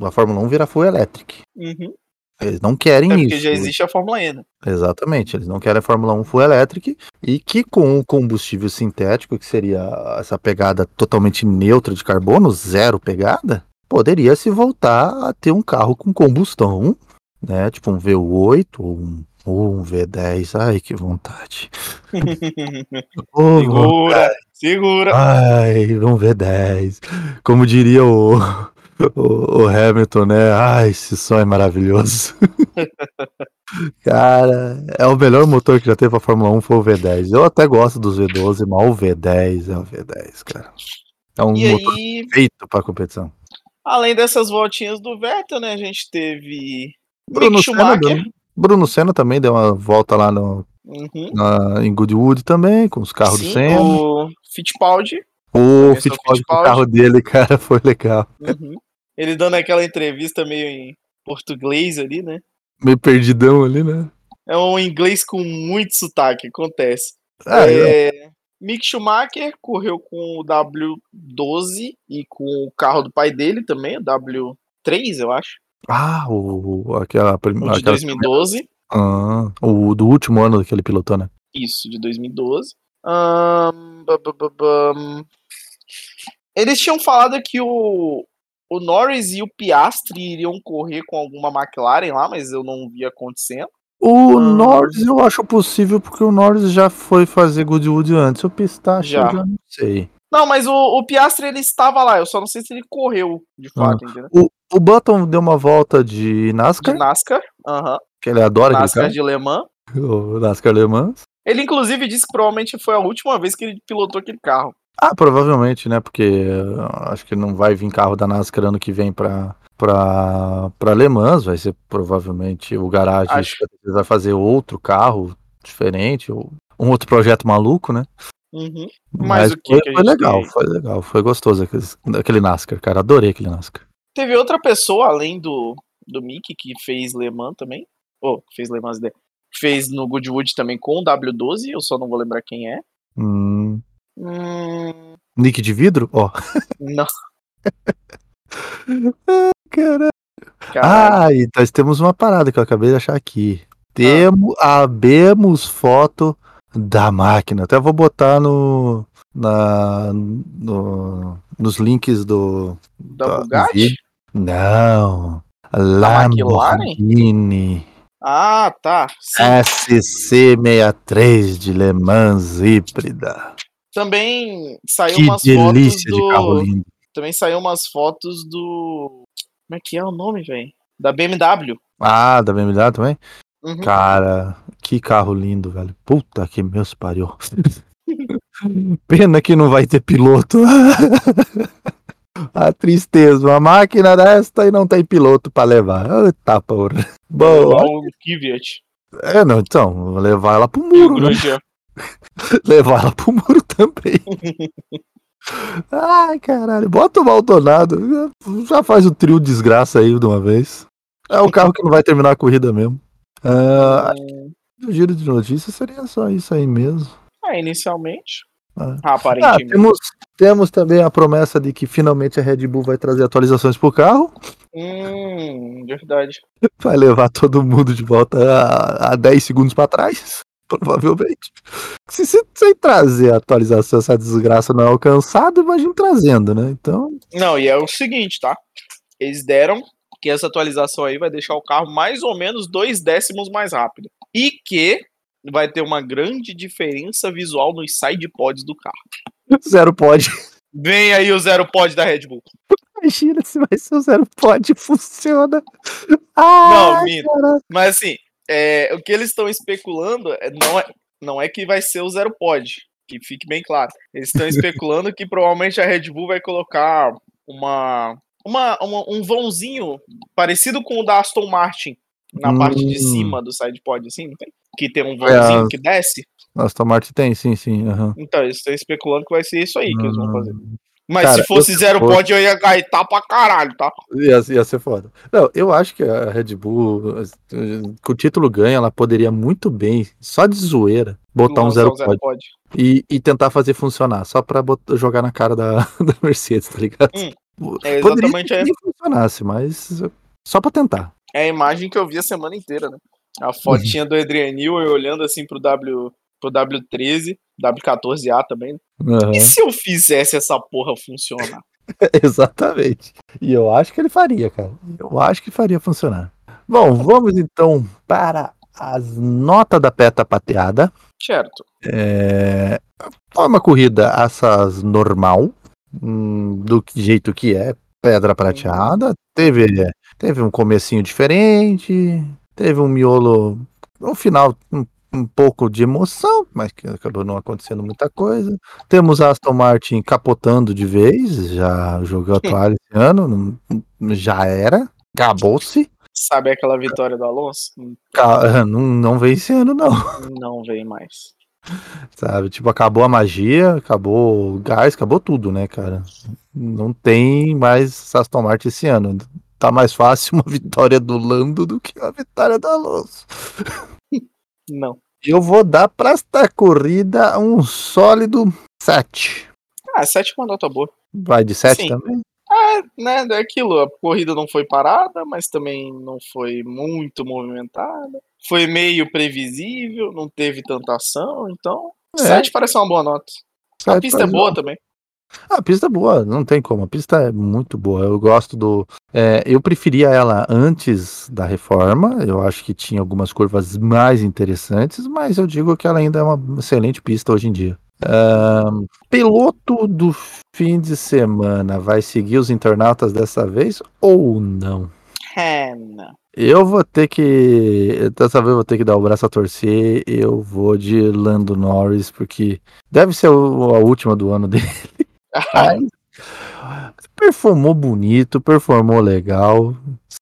[SPEAKER 2] a Fórmula 1 virar full electric.
[SPEAKER 3] uhum.
[SPEAKER 2] Eles não querem
[SPEAKER 3] Até
[SPEAKER 2] isso.
[SPEAKER 3] É porque já existe a Fórmula E, né?
[SPEAKER 2] Exatamente, eles não querem a Fórmula 1 full electric e que com o combustível sintético, que seria essa pegada totalmente neutra de carbono, zero pegada, poderia se voltar a ter um carro com combustão, né? Tipo um V8 ou um, ou um V10. Ai, que vontade. Ô, É.
[SPEAKER 3] segura, segura.
[SPEAKER 2] Ai, um V10. Como diria o, o, o Hamilton, né? Ai, esse som é maravilhoso. Cara, é o melhor motor que já teve a Fórmula 1 foi o V10. Eu até gosto dos V12, mas o V10 é o V10, cara. É um
[SPEAKER 3] E
[SPEAKER 2] motor
[SPEAKER 3] aí,
[SPEAKER 2] feito pra competição.
[SPEAKER 3] além dessas voltinhas do Vettel, né, a gente teve
[SPEAKER 2] Bruno
[SPEAKER 3] Mick
[SPEAKER 2] Senna,
[SPEAKER 3] Schumacher.
[SPEAKER 2] deu- um, Bruno Senna também deu uma volta lá no,
[SPEAKER 3] Uhum.
[SPEAKER 2] na- em Goodwood também, com os carros do
[SPEAKER 3] Sim,
[SPEAKER 2] Senna.
[SPEAKER 3] o Fittipaldi.
[SPEAKER 2] O,
[SPEAKER 3] Esse é o
[SPEAKER 2] Fittipaldi com o
[SPEAKER 3] Fittipaldi.
[SPEAKER 2] carro dele, cara, foi legal.
[SPEAKER 3] Uhum. Ele dando aquela entrevista meio em português ali, né?
[SPEAKER 2] Meio perdidão ali, né?
[SPEAKER 3] É um inglês com muito sotaque, acontece.
[SPEAKER 2] Ah, eu-
[SPEAKER 3] É, Mick Schumacher correu com o W12 e com o carro do pai dele também, o W3, eu acho,
[SPEAKER 2] Ah, o, o- aquela
[SPEAKER 3] o
[SPEAKER 2] primeira.
[SPEAKER 3] de 2012.
[SPEAKER 2] Ah, o do último ano daquele pilotou, né?
[SPEAKER 3] Isso, de 2012. Ahn, ba, ba, ba, bam. Eles tinham falado que o, o Norris e o Piastri iriam correr com alguma McLaren lá, mas eu não vi acontecendo.
[SPEAKER 2] O
[SPEAKER 3] Ah.
[SPEAKER 2] Norris eu acho possível porque o Norris já foi fazer Goodwood antes. O Pistache
[SPEAKER 3] Já.
[SPEAKER 2] eu já não sei.
[SPEAKER 3] Não, mas o, o Piastri ele estava lá, eu só não sei se ele correu de
[SPEAKER 2] Ah.
[SPEAKER 3] fato, entendeu?
[SPEAKER 2] O, o Button deu uma volta de
[SPEAKER 3] De
[SPEAKER 2] NASCAR,
[SPEAKER 3] NASCAR, aham.
[SPEAKER 2] que ele adora aquele
[SPEAKER 3] NASCAR
[SPEAKER 2] carro,
[SPEAKER 3] de Le Mans.
[SPEAKER 2] o NASCAR alemã.
[SPEAKER 3] Ele, inclusive, disse que provavelmente foi a última vez que ele pilotou aquele carro.
[SPEAKER 2] Ah, provavelmente, né? Porque eh, acho que não vai vir carro da NASCAR ano que vem pra, pra, pra Le Mans. Vai ser provavelmente o garagem
[SPEAKER 3] Acho.
[SPEAKER 2] vai fazer outro carro diferente, ou um outro projeto maluco, né?
[SPEAKER 3] Uhum.
[SPEAKER 2] Mas,
[SPEAKER 3] Mas o que
[SPEAKER 2] foi,
[SPEAKER 3] que a
[SPEAKER 2] foi
[SPEAKER 3] gente
[SPEAKER 2] legal,
[SPEAKER 3] tem?
[SPEAKER 2] foi legal, foi gostoso aquele, aquele NASCAR, cara. Adorei aquele NASCAR.
[SPEAKER 3] Teve outra pessoa, além do, do Mickey, que fez Le Mans também. Ou, que fez Le Mans, né? Fez no Goodwood também com o W12, eu só não vou lembrar quem é.
[SPEAKER 2] Hum,
[SPEAKER 3] Hum,
[SPEAKER 2] Nick de vidro? Ó.
[SPEAKER 3] não,
[SPEAKER 2] Caralho.
[SPEAKER 3] cara.
[SPEAKER 2] Ah, e nós temos uma parada que eu acabei de achar aqui.
[SPEAKER 3] Ah.
[SPEAKER 2] Temos, abemos foto da máquina. Até vou botar no, na, no- nos links do. tá,
[SPEAKER 3] da
[SPEAKER 2] do
[SPEAKER 3] Bugatti?
[SPEAKER 2] vídeo. Não.
[SPEAKER 3] McLaren?
[SPEAKER 2] Lamborghini
[SPEAKER 3] Ah, tá. Sim.
[SPEAKER 2] É. SC63 de Le Mans híbrida.
[SPEAKER 3] Também saiu
[SPEAKER 2] Que
[SPEAKER 3] umas fotos
[SPEAKER 2] delícia
[SPEAKER 3] do.
[SPEAKER 2] de carro lindo.
[SPEAKER 3] Também saiu umas fotos do. Como é que é o nome, velho? Da BMW.
[SPEAKER 2] Ah, da BMW também?
[SPEAKER 3] Uhum.
[SPEAKER 2] Cara, que carro lindo, velho. Puta que meus pariu. Pena que não vai ter piloto. A tristeza, uma máquina desta e não tem piloto pra levar. Eita porra. Bom,
[SPEAKER 3] O Kvyat.
[SPEAKER 2] é, não, então, vou levar ela pro
[SPEAKER 3] E o
[SPEAKER 2] muro, né?
[SPEAKER 3] Grosjean.
[SPEAKER 2] Levar ela pro muro também. Ai, caralho, bota o Maldonado. Já faz o trio desgraça aí de uma vez. É o carro que não vai terminar a corrida mesmo. Ah, O giro de notícias seria só isso aí mesmo.
[SPEAKER 3] Ah, inicialmente.
[SPEAKER 2] Ah. Ah,
[SPEAKER 3] Aparentemente.
[SPEAKER 2] temos, temos também a promessa de que finalmente a Red Bull vai trazer atualizações pro carro.
[SPEAKER 3] Hum, verdade.
[SPEAKER 2] Vai levar todo mundo de volta a, a 10 segundos para trás. Provavelmente. Se você sem trazer a atualização, essa desgraça não é alcançada, imagina trazendo, né? Então,
[SPEAKER 3] Não, e é o seguinte, tá? Eles deram que essa atualização aí vai deixar o carro mais ou menos dois décimos mais rápido. E que vai ter uma grande diferença visual nos side pods do carro.
[SPEAKER 2] zero pode.
[SPEAKER 3] Vem aí o zero pod da Red Bull.
[SPEAKER 2] Imagina se vai ser o zero pode funciona.
[SPEAKER 3] Não,
[SPEAKER 2] Ah,
[SPEAKER 3] minto. Mas assim, é, o que eles estão especulando é- não, é, não é que vai ser o zero pod, que fique bem claro. Eles estão especulando que provavelmente a Red Bull vai colocar uma, uma, uma- um vãozinho parecido com o da Aston Martin na parte de
[SPEAKER 2] Hum. É.
[SPEAKER 3] cima do side pod, assim, não tem? Que tem um vãozinho que desce.
[SPEAKER 2] Aston Martin tem, sim, sim. aham.
[SPEAKER 3] Então, eles estão especulando que vai ser isso aí que eles vão fazer. Mas
[SPEAKER 2] Hum. Cara,
[SPEAKER 3] se fosse
[SPEAKER 2] eu-
[SPEAKER 3] zero pod, eu ia gaitar pra caralho, tá?
[SPEAKER 2] Ia, ia ser foda. Não, eu acho que a Red Bull, as- com o título ganho, ela poderia muito bem, só de zoeira, botar um
[SPEAKER 3] Lançar
[SPEAKER 2] zero
[SPEAKER 3] o
[SPEAKER 2] pod e, e tentar fazer funcionar, só pra bot- jogar na cara da, da Mercedes, tá ligado?
[SPEAKER 3] Hum,
[SPEAKER 2] Poderia
[SPEAKER 3] É
[SPEAKER 2] que
[SPEAKER 3] exatamente a
[SPEAKER 2] nem funcionasse, mas só pra tentar.
[SPEAKER 3] É a imagem que eu vi a semana inteira, né? A fotinha do Adrian Newey olhando assim pro, w, pro W13, W14A também.
[SPEAKER 2] Aham.
[SPEAKER 3] E se eu fizesse essa porra funcionar?
[SPEAKER 2] Exatamente. E eu acho que ele faria, cara. Eu acho que faria funcionar. Bom, vamos então para as notas da pé tapateada.
[SPEAKER 3] Certo.
[SPEAKER 2] É... Foi uma corrida assaz normal, hum, do que- jeito que é, pedra prateada. Teve, teve um comecinho diferente, teve um miolo, um final um, um pouco de emoção, mas que acabou não acontecendo muita coisa. Temos a Aston Martin capotando de vez, já jogou a toalha esse ano, não- já era, acabou-se.
[SPEAKER 3] Sabe aquela vitória do Alonso? Hum,
[SPEAKER 2] Ca- Não, não vem esse ano, não.
[SPEAKER 3] Não vem mais.
[SPEAKER 2] Sabe? Tipo, acabou a magia, acabou o gás, acabou tudo, né, cara? Não tem mais Aston Martin esse ano. Tá mais fácil uma vitória do Lando do que uma vitória do Alonso.
[SPEAKER 3] Não.
[SPEAKER 2] Eu vou dar pra esta corrida um sólido 7.
[SPEAKER 3] Ah, sétima nota boa.
[SPEAKER 2] Vai de 7
[SPEAKER 3] Sim.
[SPEAKER 2] também?
[SPEAKER 3] Né, é aquilo, a corrida não foi parada, mas também não foi muito movimentada. Foi meio previsível, não teve tanta ação, então.
[SPEAKER 2] É. tá
[SPEAKER 3] Sete parece uma boa nota. A
[SPEAKER 2] Sete,
[SPEAKER 3] pista é
[SPEAKER 2] faz-
[SPEAKER 3] boa também.
[SPEAKER 2] Ah, a pista é boa, não tem como. A pista é muito boa. Eu gosto do. é, eu preferia ela antes da reforma. Eu acho que tinha algumas curvas mais interessantes, mas eu digo que ela ainda é uma excelente pista hoje em dia. Ahn, piloto do fim de semana vai seguir os internautas dessa vez ou não?
[SPEAKER 3] Hannah.
[SPEAKER 2] Eu vou ter que. Dessa vez eu vou ter que dar o braço a torcer. Eu vou de Lando Norris, porque deve ser o- a última do ano dele. Mas performou bonito, performou legal,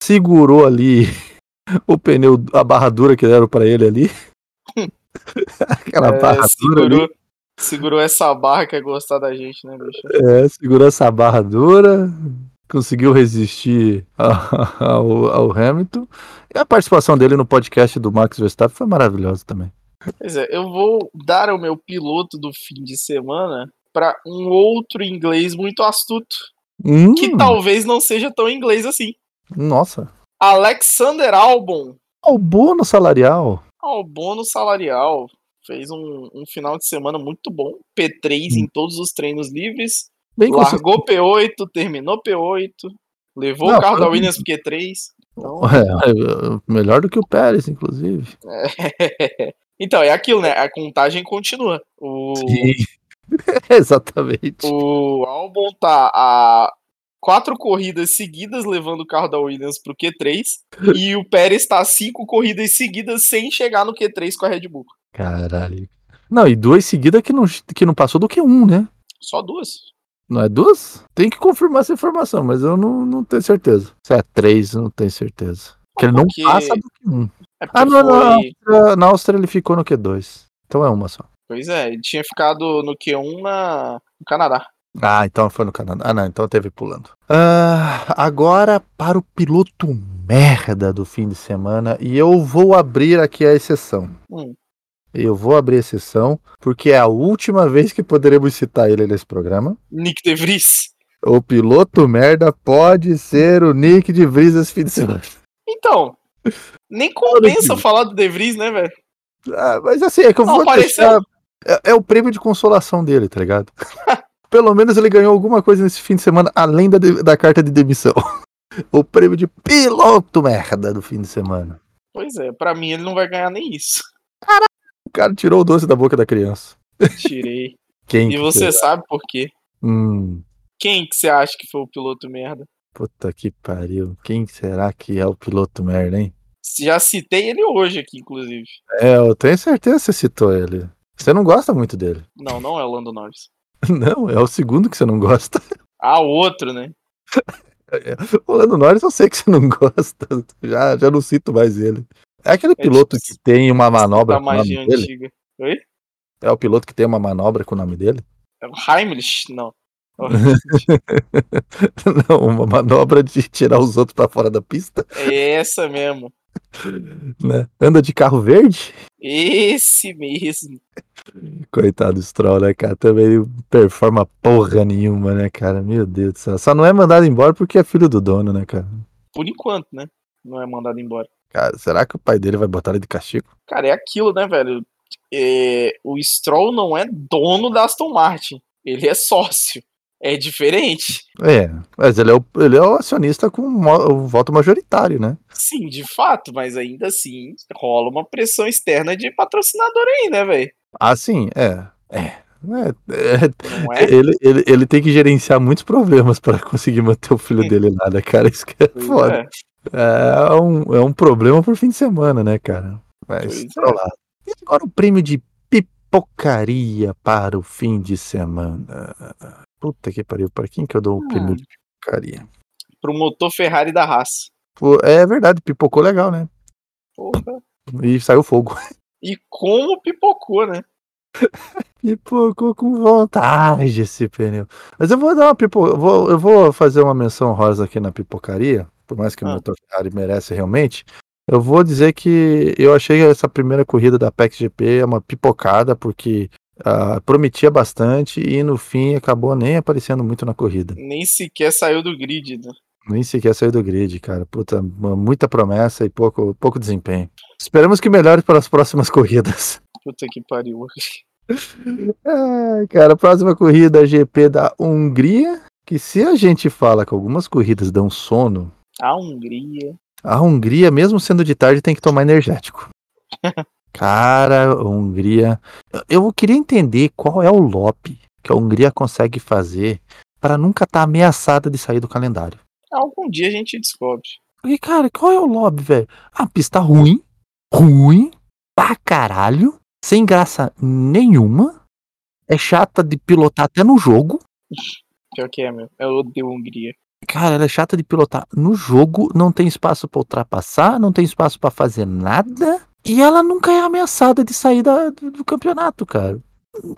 [SPEAKER 2] segurou ali o pneu, a barra dura que deram pra ele ali. Aquela
[SPEAKER 3] É,
[SPEAKER 2] barra dura. ali,
[SPEAKER 3] segurou, segurou essa barra que é gostar da gente, né, bicho?
[SPEAKER 2] é, segurou essa barra dura, conseguiu resistir ao, ao Hamilton. E a participação dele no podcast do Max Verstappen foi maravilhosa também.
[SPEAKER 3] Pois é, eu vou dar o meu piloto do fim de semana pra um outro inglês muito astuto,
[SPEAKER 2] Hum,
[SPEAKER 3] que talvez não seja tão inglês assim.
[SPEAKER 2] Nossa.
[SPEAKER 3] Alexander Albon,
[SPEAKER 2] O bônus salarial.
[SPEAKER 3] ao bônus salarial, fez um, um final de semana muito bom. P3
[SPEAKER 2] Hum.
[SPEAKER 3] em todos os treinos livres,
[SPEAKER 2] Bem consistente.
[SPEAKER 3] largou P8, terminou P8, levou
[SPEAKER 2] Não,
[SPEAKER 3] o carro da
[SPEAKER 2] foi-
[SPEAKER 3] Williams pro Q3. Então,
[SPEAKER 2] É, melhor do que o Pérez, inclusive.
[SPEAKER 3] então, é aquilo, né? A contagem continua. O,
[SPEAKER 2] Exatamente.
[SPEAKER 3] O Albon tá a quatro corridas seguidas levando o carro da Williams pro Q3 e o Pérez tá a cinco corridas seguidas sem chegar no Q3 com a Red Bull.
[SPEAKER 2] Caralho. Não, e duas seguidas que não, que não passou do que um, né?
[SPEAKER 3] Só duas.
[SPEAKER 2] Não é duas? Tem que confirmar essa informação, mas eu não, não tenho certeza. Se é três, eu não tenho certeza. Porque ele não
[SPEAKER 3] Porque-
[SPEAKER 2] passa do que um.
[SPEAKER 3] É
[SPEAKER 2] Ah,
[SPEAKER 3] porque
[SPEAKER 2] não, não. Na- Na Áustria ele ficou no Q2. Então é uma só.
[SPEAKER 3] Pois é, ele tinha ficado no Q1 na... no Canadá.
[SPEAKER 2] Ah, então foi no Canadá. Ah, não, então teve pulando. Ah, agora para o piloto merda do fim de semana. E eu vou abrir aqui a exceção.
[SPEAKER 3] Hum.
[SPEAKER 2] Eu vou abrir a exceção, porque é a última vez que poderemos citar ele nesse programa.
[SPEAKER 3] Nick De Vries.
[SPEAKER 2] O piloto merda pode ser o Nick de Vries esse fim de semana.
[SPEAKER 3] Então, nem
[SPEAKER 2] Olha
[SPEAKER 3] compensa
[SPEAKER 2] aqui.
[SPEAKER 3] falar do De Vries, né, velho?
[SPEAKER 2] Ah, mas assim, é que eu
[SPEAKER 3] Não
[SPEAKER 2] vou
[SPEAKER 3] apareceu.
[SPEAKER 2] deixar. É, é o prêmio de consolação dele, tá ligado? Pelo menos ele ganhou alguma coisa nesse fim de semana, além da, de- da carta de demissão. O prêmio de piloto merda do fim de semana.
[SPEAKER 3] Pois é, pra mim ele não vai ganhar nem isso.
[SPEAKER 2] O cara tirou o doce da boca da criança.
[SPEAKER 3] Tirei.
[SPEAKER 2] Quem?
[SPEAKER 3] E
[SPEAKER 2] que
[SPEAKER 3] você
[SPEAKER 2] será?
[SPEAKER 3] sabe por quê?
[SPEAKER 2] Hum,
[SPEAKER 3] Quem que você acha que foi o piloto merda?
[SPEAKER 2] puta que pariu. Quem será que é o piloto merda, hein?
[SPEAKER 3] Já citei ele hoje aqui, inclusive.
[SPEAKER 2] É, eu tenho certeza que você citou ele. Você não gosta muito dele.
[SPEAKER 3] Não, não é o Lando Norris.
[SPEAKER 2] Não, é o segundo que você não gosta.
[SPEAKER 3] Ah, outro, né?
[SPEAKER 2] O Lando Norris eu sei que você não gosta. Já, já não cito mais ele. É aquele
[SPEAKER 3] tipo
[SPEAKER 2] piloto que tem uma manobra
[SPEAKER 3] Da
[SPEAKER 2] com o nome
[SPEAKER 3] magia
[SPEAKER 2] dele?
[SPEAKER 3] antiga.
[SPEAKER 2] É o piloto que tem uma manobra com o nome dele?
[SPEAKER 3] É o Heimlich? Não. É
[SPEAKER 2] Não, uma manobra de tirar os outros pra fora da pista,
[SPEAKER 3] É essa mesmo.
[SPEAKER 2] né? Anda de carro verde?
[SPEAKER 3] Esse mesmo.
[SPEAKER 2] Coitado do Stroll, né, cara? Também não performa porra nenhuma, né, cara? Meu Deus do céu. Só não é mandado embora porque é filho do dono, né, cara?
[SPEAKER 3] Por enquanto, né? Não é mandado embora.
[SPEAKER 2] Cara, será que o pai dele vai botar ele de castigo?
[SPEAKER 3] Cara, é aquilo, né, velho? É, o Stroll não é dono da Aston Martin. Ele é sócio. É diferente.
[SPEAKER 2] É, mas ele é o, ele é o acionista com mo- o voto majoritário, né?
[SPEAKER 3] Sim, de fato, mas ainda assim rola uma pressão externa de patrocinador aí, né, velho?
[SPEAKER 2] Ah, sim, é. É. né, é,
[SPEAKER 3] Não é?
[SPEAKER 2] ele, ele, ele tem que gerenciar muitos problemas para conseguir manter o filho dele lá, né, cara? Isso que é
[SPEAKER 3] Pois
[SPEAKER 2] foda.
[SPEAKER 3] é.
[SPEAKER 2] É um, é um problema por fim de semana, né, cara?
[SPEAKER 3] Pois
[SPEAKER 2] Mas
[SPEAKER 3] é.
[SPEAKER 2] trollado. E agora o prêmio de pipocaria para o fim de semana. Puta que pariu, para quem que eu
[SPEAKER 3] Ah.
[SPEAKER 2] dou o prêmio de pipocaria?
[SPEAKER 3] Pro motor Ferrari da raça.
[SPEAKER 2] Pô, é verdade, pipocou legal, né?
[SPEAKER 3] Porra.
[SPEAKER 2] E saiu fogo.
[SPEAKER 3] E como pipocou, né?
[SPEAKER 2] Pipocou com vontade esse pneu. Mas eu vou dar uma pipo... eu vou, eu vou fazer uma menção rosa aqui na pipocaria, por mais que o
[SPEAKER 3] Ah.
[SPEAKER 2] motor Ferrari merece realmente. Eu vou dizer que eu achei essa primeira corrida da PEC GP uma pipocada, porque ah, prometia bastante e no fim acabou nem aparecendo muito na corrida.
[SPEAKER 3] Nem sequer saiu do grid, né?
[SPEAKER 2] Nem sequer saiu do grid, cara. Puta, uma- muita promessa e pouco, pouco desempenho. Esperamos que melhore para as próximas corridas.
[SPEAKER 3] Puta que pariu.
[SPEAKER 2] Ai, cara, próxima corrida GP da Hungria. Que se a gente fala que algumas corridas dão sono,
[SPEAKER 3] A Hungria.
[SPEAKER 2] a Hungria, mesmo sendo de tarde, tem que tomar energético. Cara, a Hungria. Eu queria entender qual é o lobby que a Hungria consegue fazer para nunca estar ameaçada de sair do calendário.
[SPEAKER 3] Algum dia a gente descobre.
[SPEAKER 2] Porque, cara, qual é o lobby, velho? A pista ruim, ruim, pra caralho, sem graça nenhuma, é chata de pilotar até no jogo.
[SPEAKER 3] Pior que é, meu. Eu odeio a Hungria.
[SPEAKER 2] Cara, ela é chata de pilotar. No jogo não tem espaço pra ultrapassar, não tem espaço pra fazer nada. E ela nunca é ameaçada de sair da- do, do campeonato, cara.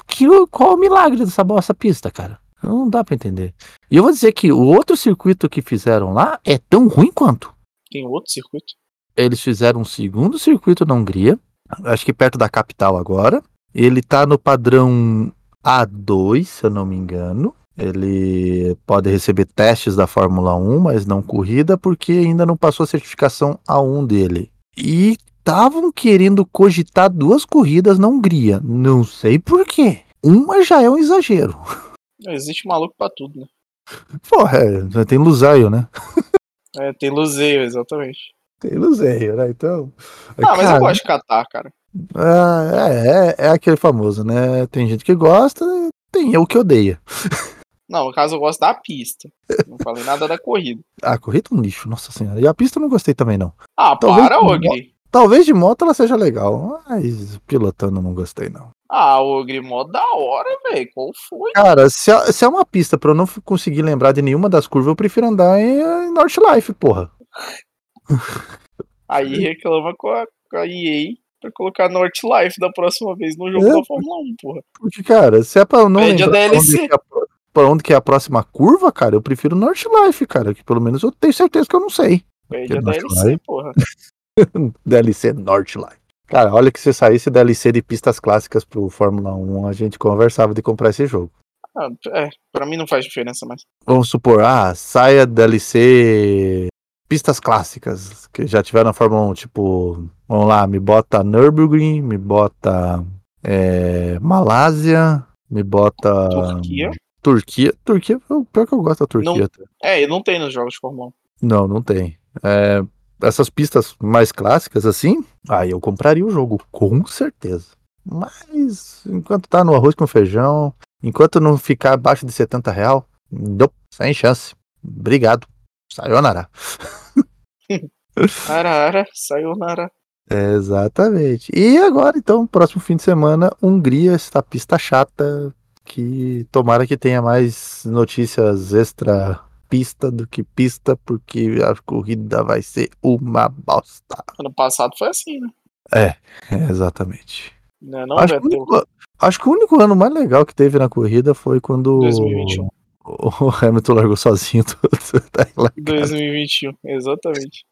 [SPEAKER 2] Que, qual o milagre dessa bosta pista, cara? Não dá pra entender. E eu vou dizer que o outro circuito que fizeram lá é tão ruim quanto.
[SPEAKER 3] Tem outro circuito?
[SPEAKER 2] Eles fizeram um segundo circuito na Hungria, acho que perto da capital agora. Ele tá no padrão A2, se eu não me engano. Ele pode receber testes da Fórmula 1, mas não corrida, porque ainda não passou a certificação A1 dele. E estavam querendo cogitar duas corridas na Hungria. Não sei por quê. Uma já é um exagero.
[SPEAKER 3] Não, existe maluco pra tudo, né?
[SPEAKER 2] Porra, é, tem Lusail, né?
[SPEAKER 3] É, tem Luzeiro, exatamente.
[SPEAKER 2] Tem Lusail, né? Então.
[SPEAKER 3] Ah, mas eu
[SPEAKER 2] Cara,
[SPEAKER 3] gosto de Catar, cara.
[SPEAKER 2] Ah, é, é, é aquele famoso, né? Tem gente que gosta, tem eu que odeia.
[SPEAKER 3] Não, no caso eu gosto da pista. Não falei nada da corrida.
[SPEAKER 2] Ah, a corrida é um lixo, nossa senhora. E a pista eu não gostei também, não.
[SPEAKER 3] Ah,
[SPEAKER 2] Talvez
[SPEAKER 3] para,
[SPEAKER 2] com
[SPEAKER 3] Ogri.
[SPEAKER 2] Talvez de moto ela seja legal, mas pilotando eu não gostei, não.
[SPEAKER 3] Ah, Ogri, mó da hora, velho. Qual foi?
[SPEAKER 2] Cara, se é, se é uma pista pra eu não f- conseguir lembrar de nenhuma das curvas, eu prefiro andar em, em Northlife, porra.
[SPEAKER 3] Aí reclama com a, com a EA pra colocar Northlife da próxima vez no jogo
[SPEAKER 2] É.
[SPEAKER 3] da Fórmula 1, porra.
[SPEAKER 2] Porque, cara, se é pra eu não
[SPEAKER 3] Pede a
[SPEAKER 2] lembrar pra onde,
[SPEAKER 3] DLC.
[SPEAKER 2] que é a, pro- pra onde que é a próxima curva, cara, eu prefiro Northlife, cara, que pelo menos eu tenho certeza que eu não sei.
[SPEAKER 3] Perde a
[SPEAKER 2] Que
[SPEAKER 3] DLC,
[SPEAKER 2] Northlife?
[SPEAKER 3] porra.
[SPEAKER 2] DLC Northlife. Cara, olha que se saísse DLC de pistas clássicas pro Fórmula 1, a gente conversava de comprar esse jogo.
[SPEAKER 3] Ah, é, pra mim não faz diferença mais.
[SPEAKER 2] Vamos supor, ah, saia DLC pistas clássicas que já tiveram na Fórmula 1, tipo, vamos lá, me bota Nürburgring, me bota é, Malásia, me bota
[SPEAKER 3] Turquia.
[SPEAKER 2] Turquia. Turquia, o pior que eu gosto da Turquia. até.
[SPEAKER 3] É, e não tem nos jogos de Fórmula um.
[SPEAKER 2] Não, não tem. É, essas pistas mais clássicas, assim, aí eu compraria o jogo, com certeza. Mas enquanto tá no arroz com feijão, enquanto não ficar abaixo de 70 real, não, sem chance. Obrigado. Sayonara.
[SPEAKER 3] 1. Arara, sayonara.
[SPEAKER 2] Exatamente. E agora, então, próximo fim de semana, Hungria, esta pista chata, que tomara que tenha mais notícias extra pista do que pista, porque a corrida vai ser uma bosta.
[SPEAKER 3] Ano passado foi assim, né?
[SPEAKER 2] exatamente.
[SPEAKER 3] Não, é não
[SPEAKER 2] acho, que o
[SPEAKER 3] Vettel?
[SPEAKER 2] único, acho que o único ano mais legal que teve na corrida foi quando
[SPEAKER 3] 2021.
[SPEAKER 2] o Hamilton largou sozinho. tudo. Daí lá-
[SPEAKER 3] 2021, exatamente.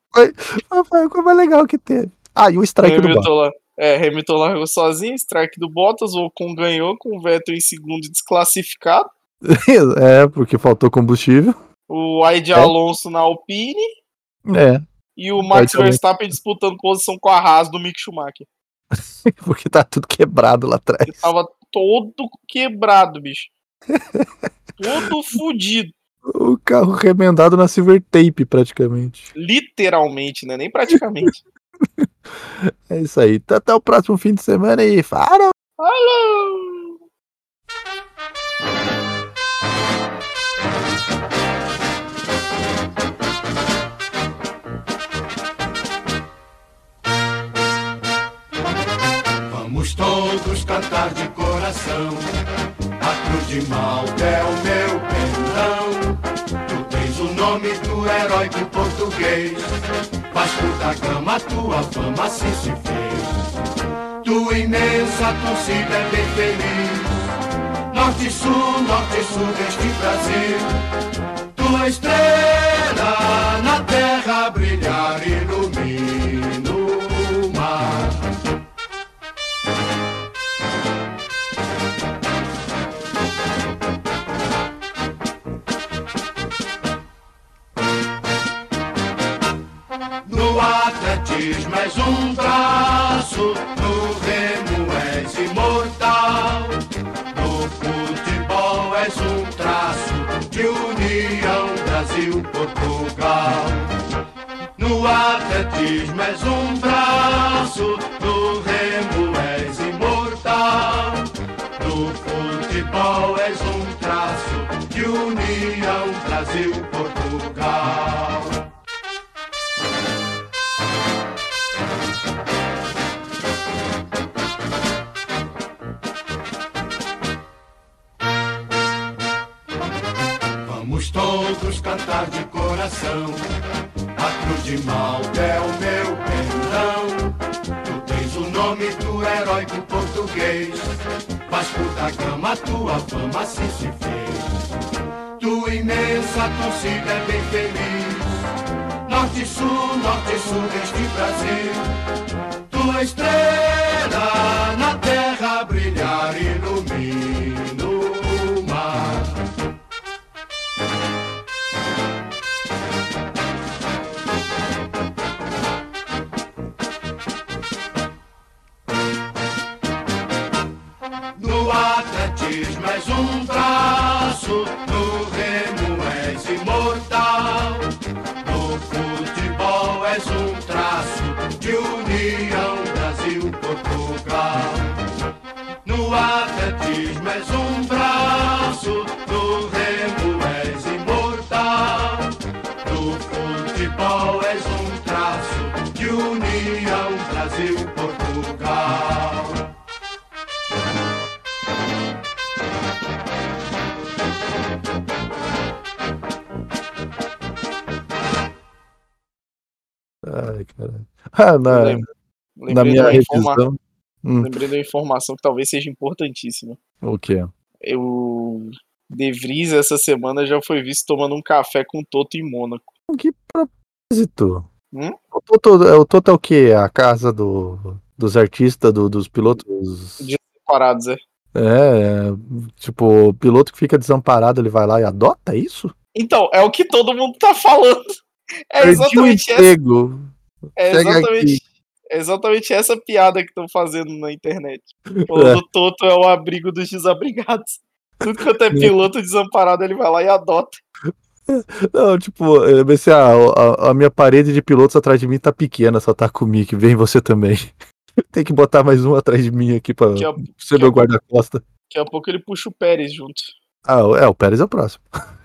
[SPEAKER 2] Ah, foi a coisa mais legal que teve. Ah, e o strike do bar.
[SPEAKER 3] Hamilton, lá, é, Hamilton largou sozinho, strike do Bottas, o Ocon ganhou com o Vettel em segundo desclassificado,
[SPEAKER 2] É, porque faltou combustível.
[SPEAKER 3] o Aide
[SPEAKER 2] É.
[SPEAKER 3] Alonso na Alpine
[SPEAKER 2] É,
[SPEAKER 3] e o Max
[SPEAKER 2] também.
[SPEAKER 3] Verstappen disputando posição com a Haas do Mick Schumacher.
[SPEAKER 2] porque tá tudo quebrado lá atrás.
[SPEAKER 3] Ele tava todo quebrado, bicho. Todo fudido,
[SPEAKER 2] O carro remendado na silver tape, praticamente.
[SPEAKER 3] literalmente, né? Nem praticamente.
[SPEAKER 2] É isso aí. Então, Até o próximo fim de semana e farol!
[SPEAKER 3] Alô!
[SPEAKER 4] Vamos todos cantar de coração. A cruz de Malta é o meu pendão. Tu tens o nome do heróico português. Vasco da Gama, tua fama assim se fez. Tua imensa torcida é bem feliz. Norte, sul, norte, sul deste Brasil. Tua estrela na terra brilhar ilumina o mar. No atletismo és um braço, no remo és imortal. No futebol és um traço de união Brasil-Portugal. No atletismo és um braço, no remo és imortal. No futebol és um traço de união Brasil-Portugal. Vamos todos cantar de coração. A cruz de Malta é o meu pendão. Tu tens o nome do heróico português. Vasco da Gama, tua fama assim se fez. Tua imensa torcida é bem feliz. Norte, sul, norte, sul deste Brasil. Tua estrela na terra brilhar ilumina o mar. No atletismo és um braço, no remo és imortal. No futebol és um traço de união Brasil-Portugal. No atletismo és um braço, no remo és imortal. No futebol és um traço de união Brasil-Portugal.
[SPEAKER 2] Ai, caralho. Ah, na,
[SPEAKER 3] Lem-
[SPEAKER 2] na
[SPEAKER 3] Lembrei, de
[SPEAKER 2] minha
[SPEAKER 3] uma informa-
[SPEAKER 2] revisão. Hum,
[SPEAKER 3] Lembrei de uma informação que talvez seja importantíssima.
[SPEAKER 2] o quê?
[SPEAKER 3] O De Vries essa semana já foi visto tomando um café com o Toto em Mônaco.
[SPEAKER 2] Que propósito?
[SPEAKER 3] Hum?
[SPEAKER 2] O, Toto, é- o Toto é o quê? A casa do, dos artistas, do- dos pilotos.
[SPEAKER 3] De- Parados, é.
[SPEAKER 2] É, é, tipo, o piloto que fica desamparado, ele vai lá e adota é isso?
[SPEAKER 3] Então, é o que todo mundo tá falando. É
[SPEAKER 2] Perdi o
[SPEAKER 3] exatamente, essa,
[SPEAKER 2] emprego.
[SPEAKER 3] é
[SPEAKER 2] Segue
[SPEAKER 3] exatamente, é exatamente essa piada que estão fazendo na internet. O
[SPEAKER 2] É.
[SPEAKER 3] do Toto é o abrigo dos desabrigados. Tudo quanto é piloto desamparado, ele vai lá e adota.
[SPEAKER 2] Não, tipo, eu pensei, ah, a, a minha parede de pilotos atrás de mim tá pequena, só tá comigo, que vem você também. Tem que botar mais um atrás de mim aqui pra
[SPEAKER 3] Daqui a,
[SPEAKER 2] ser meu guarda-costa.
[SPEAKER 3] daqui a pouco ele puxa o Pérez junto.
[SPEAKER 2] Ah, é, o Pérez é o próximo.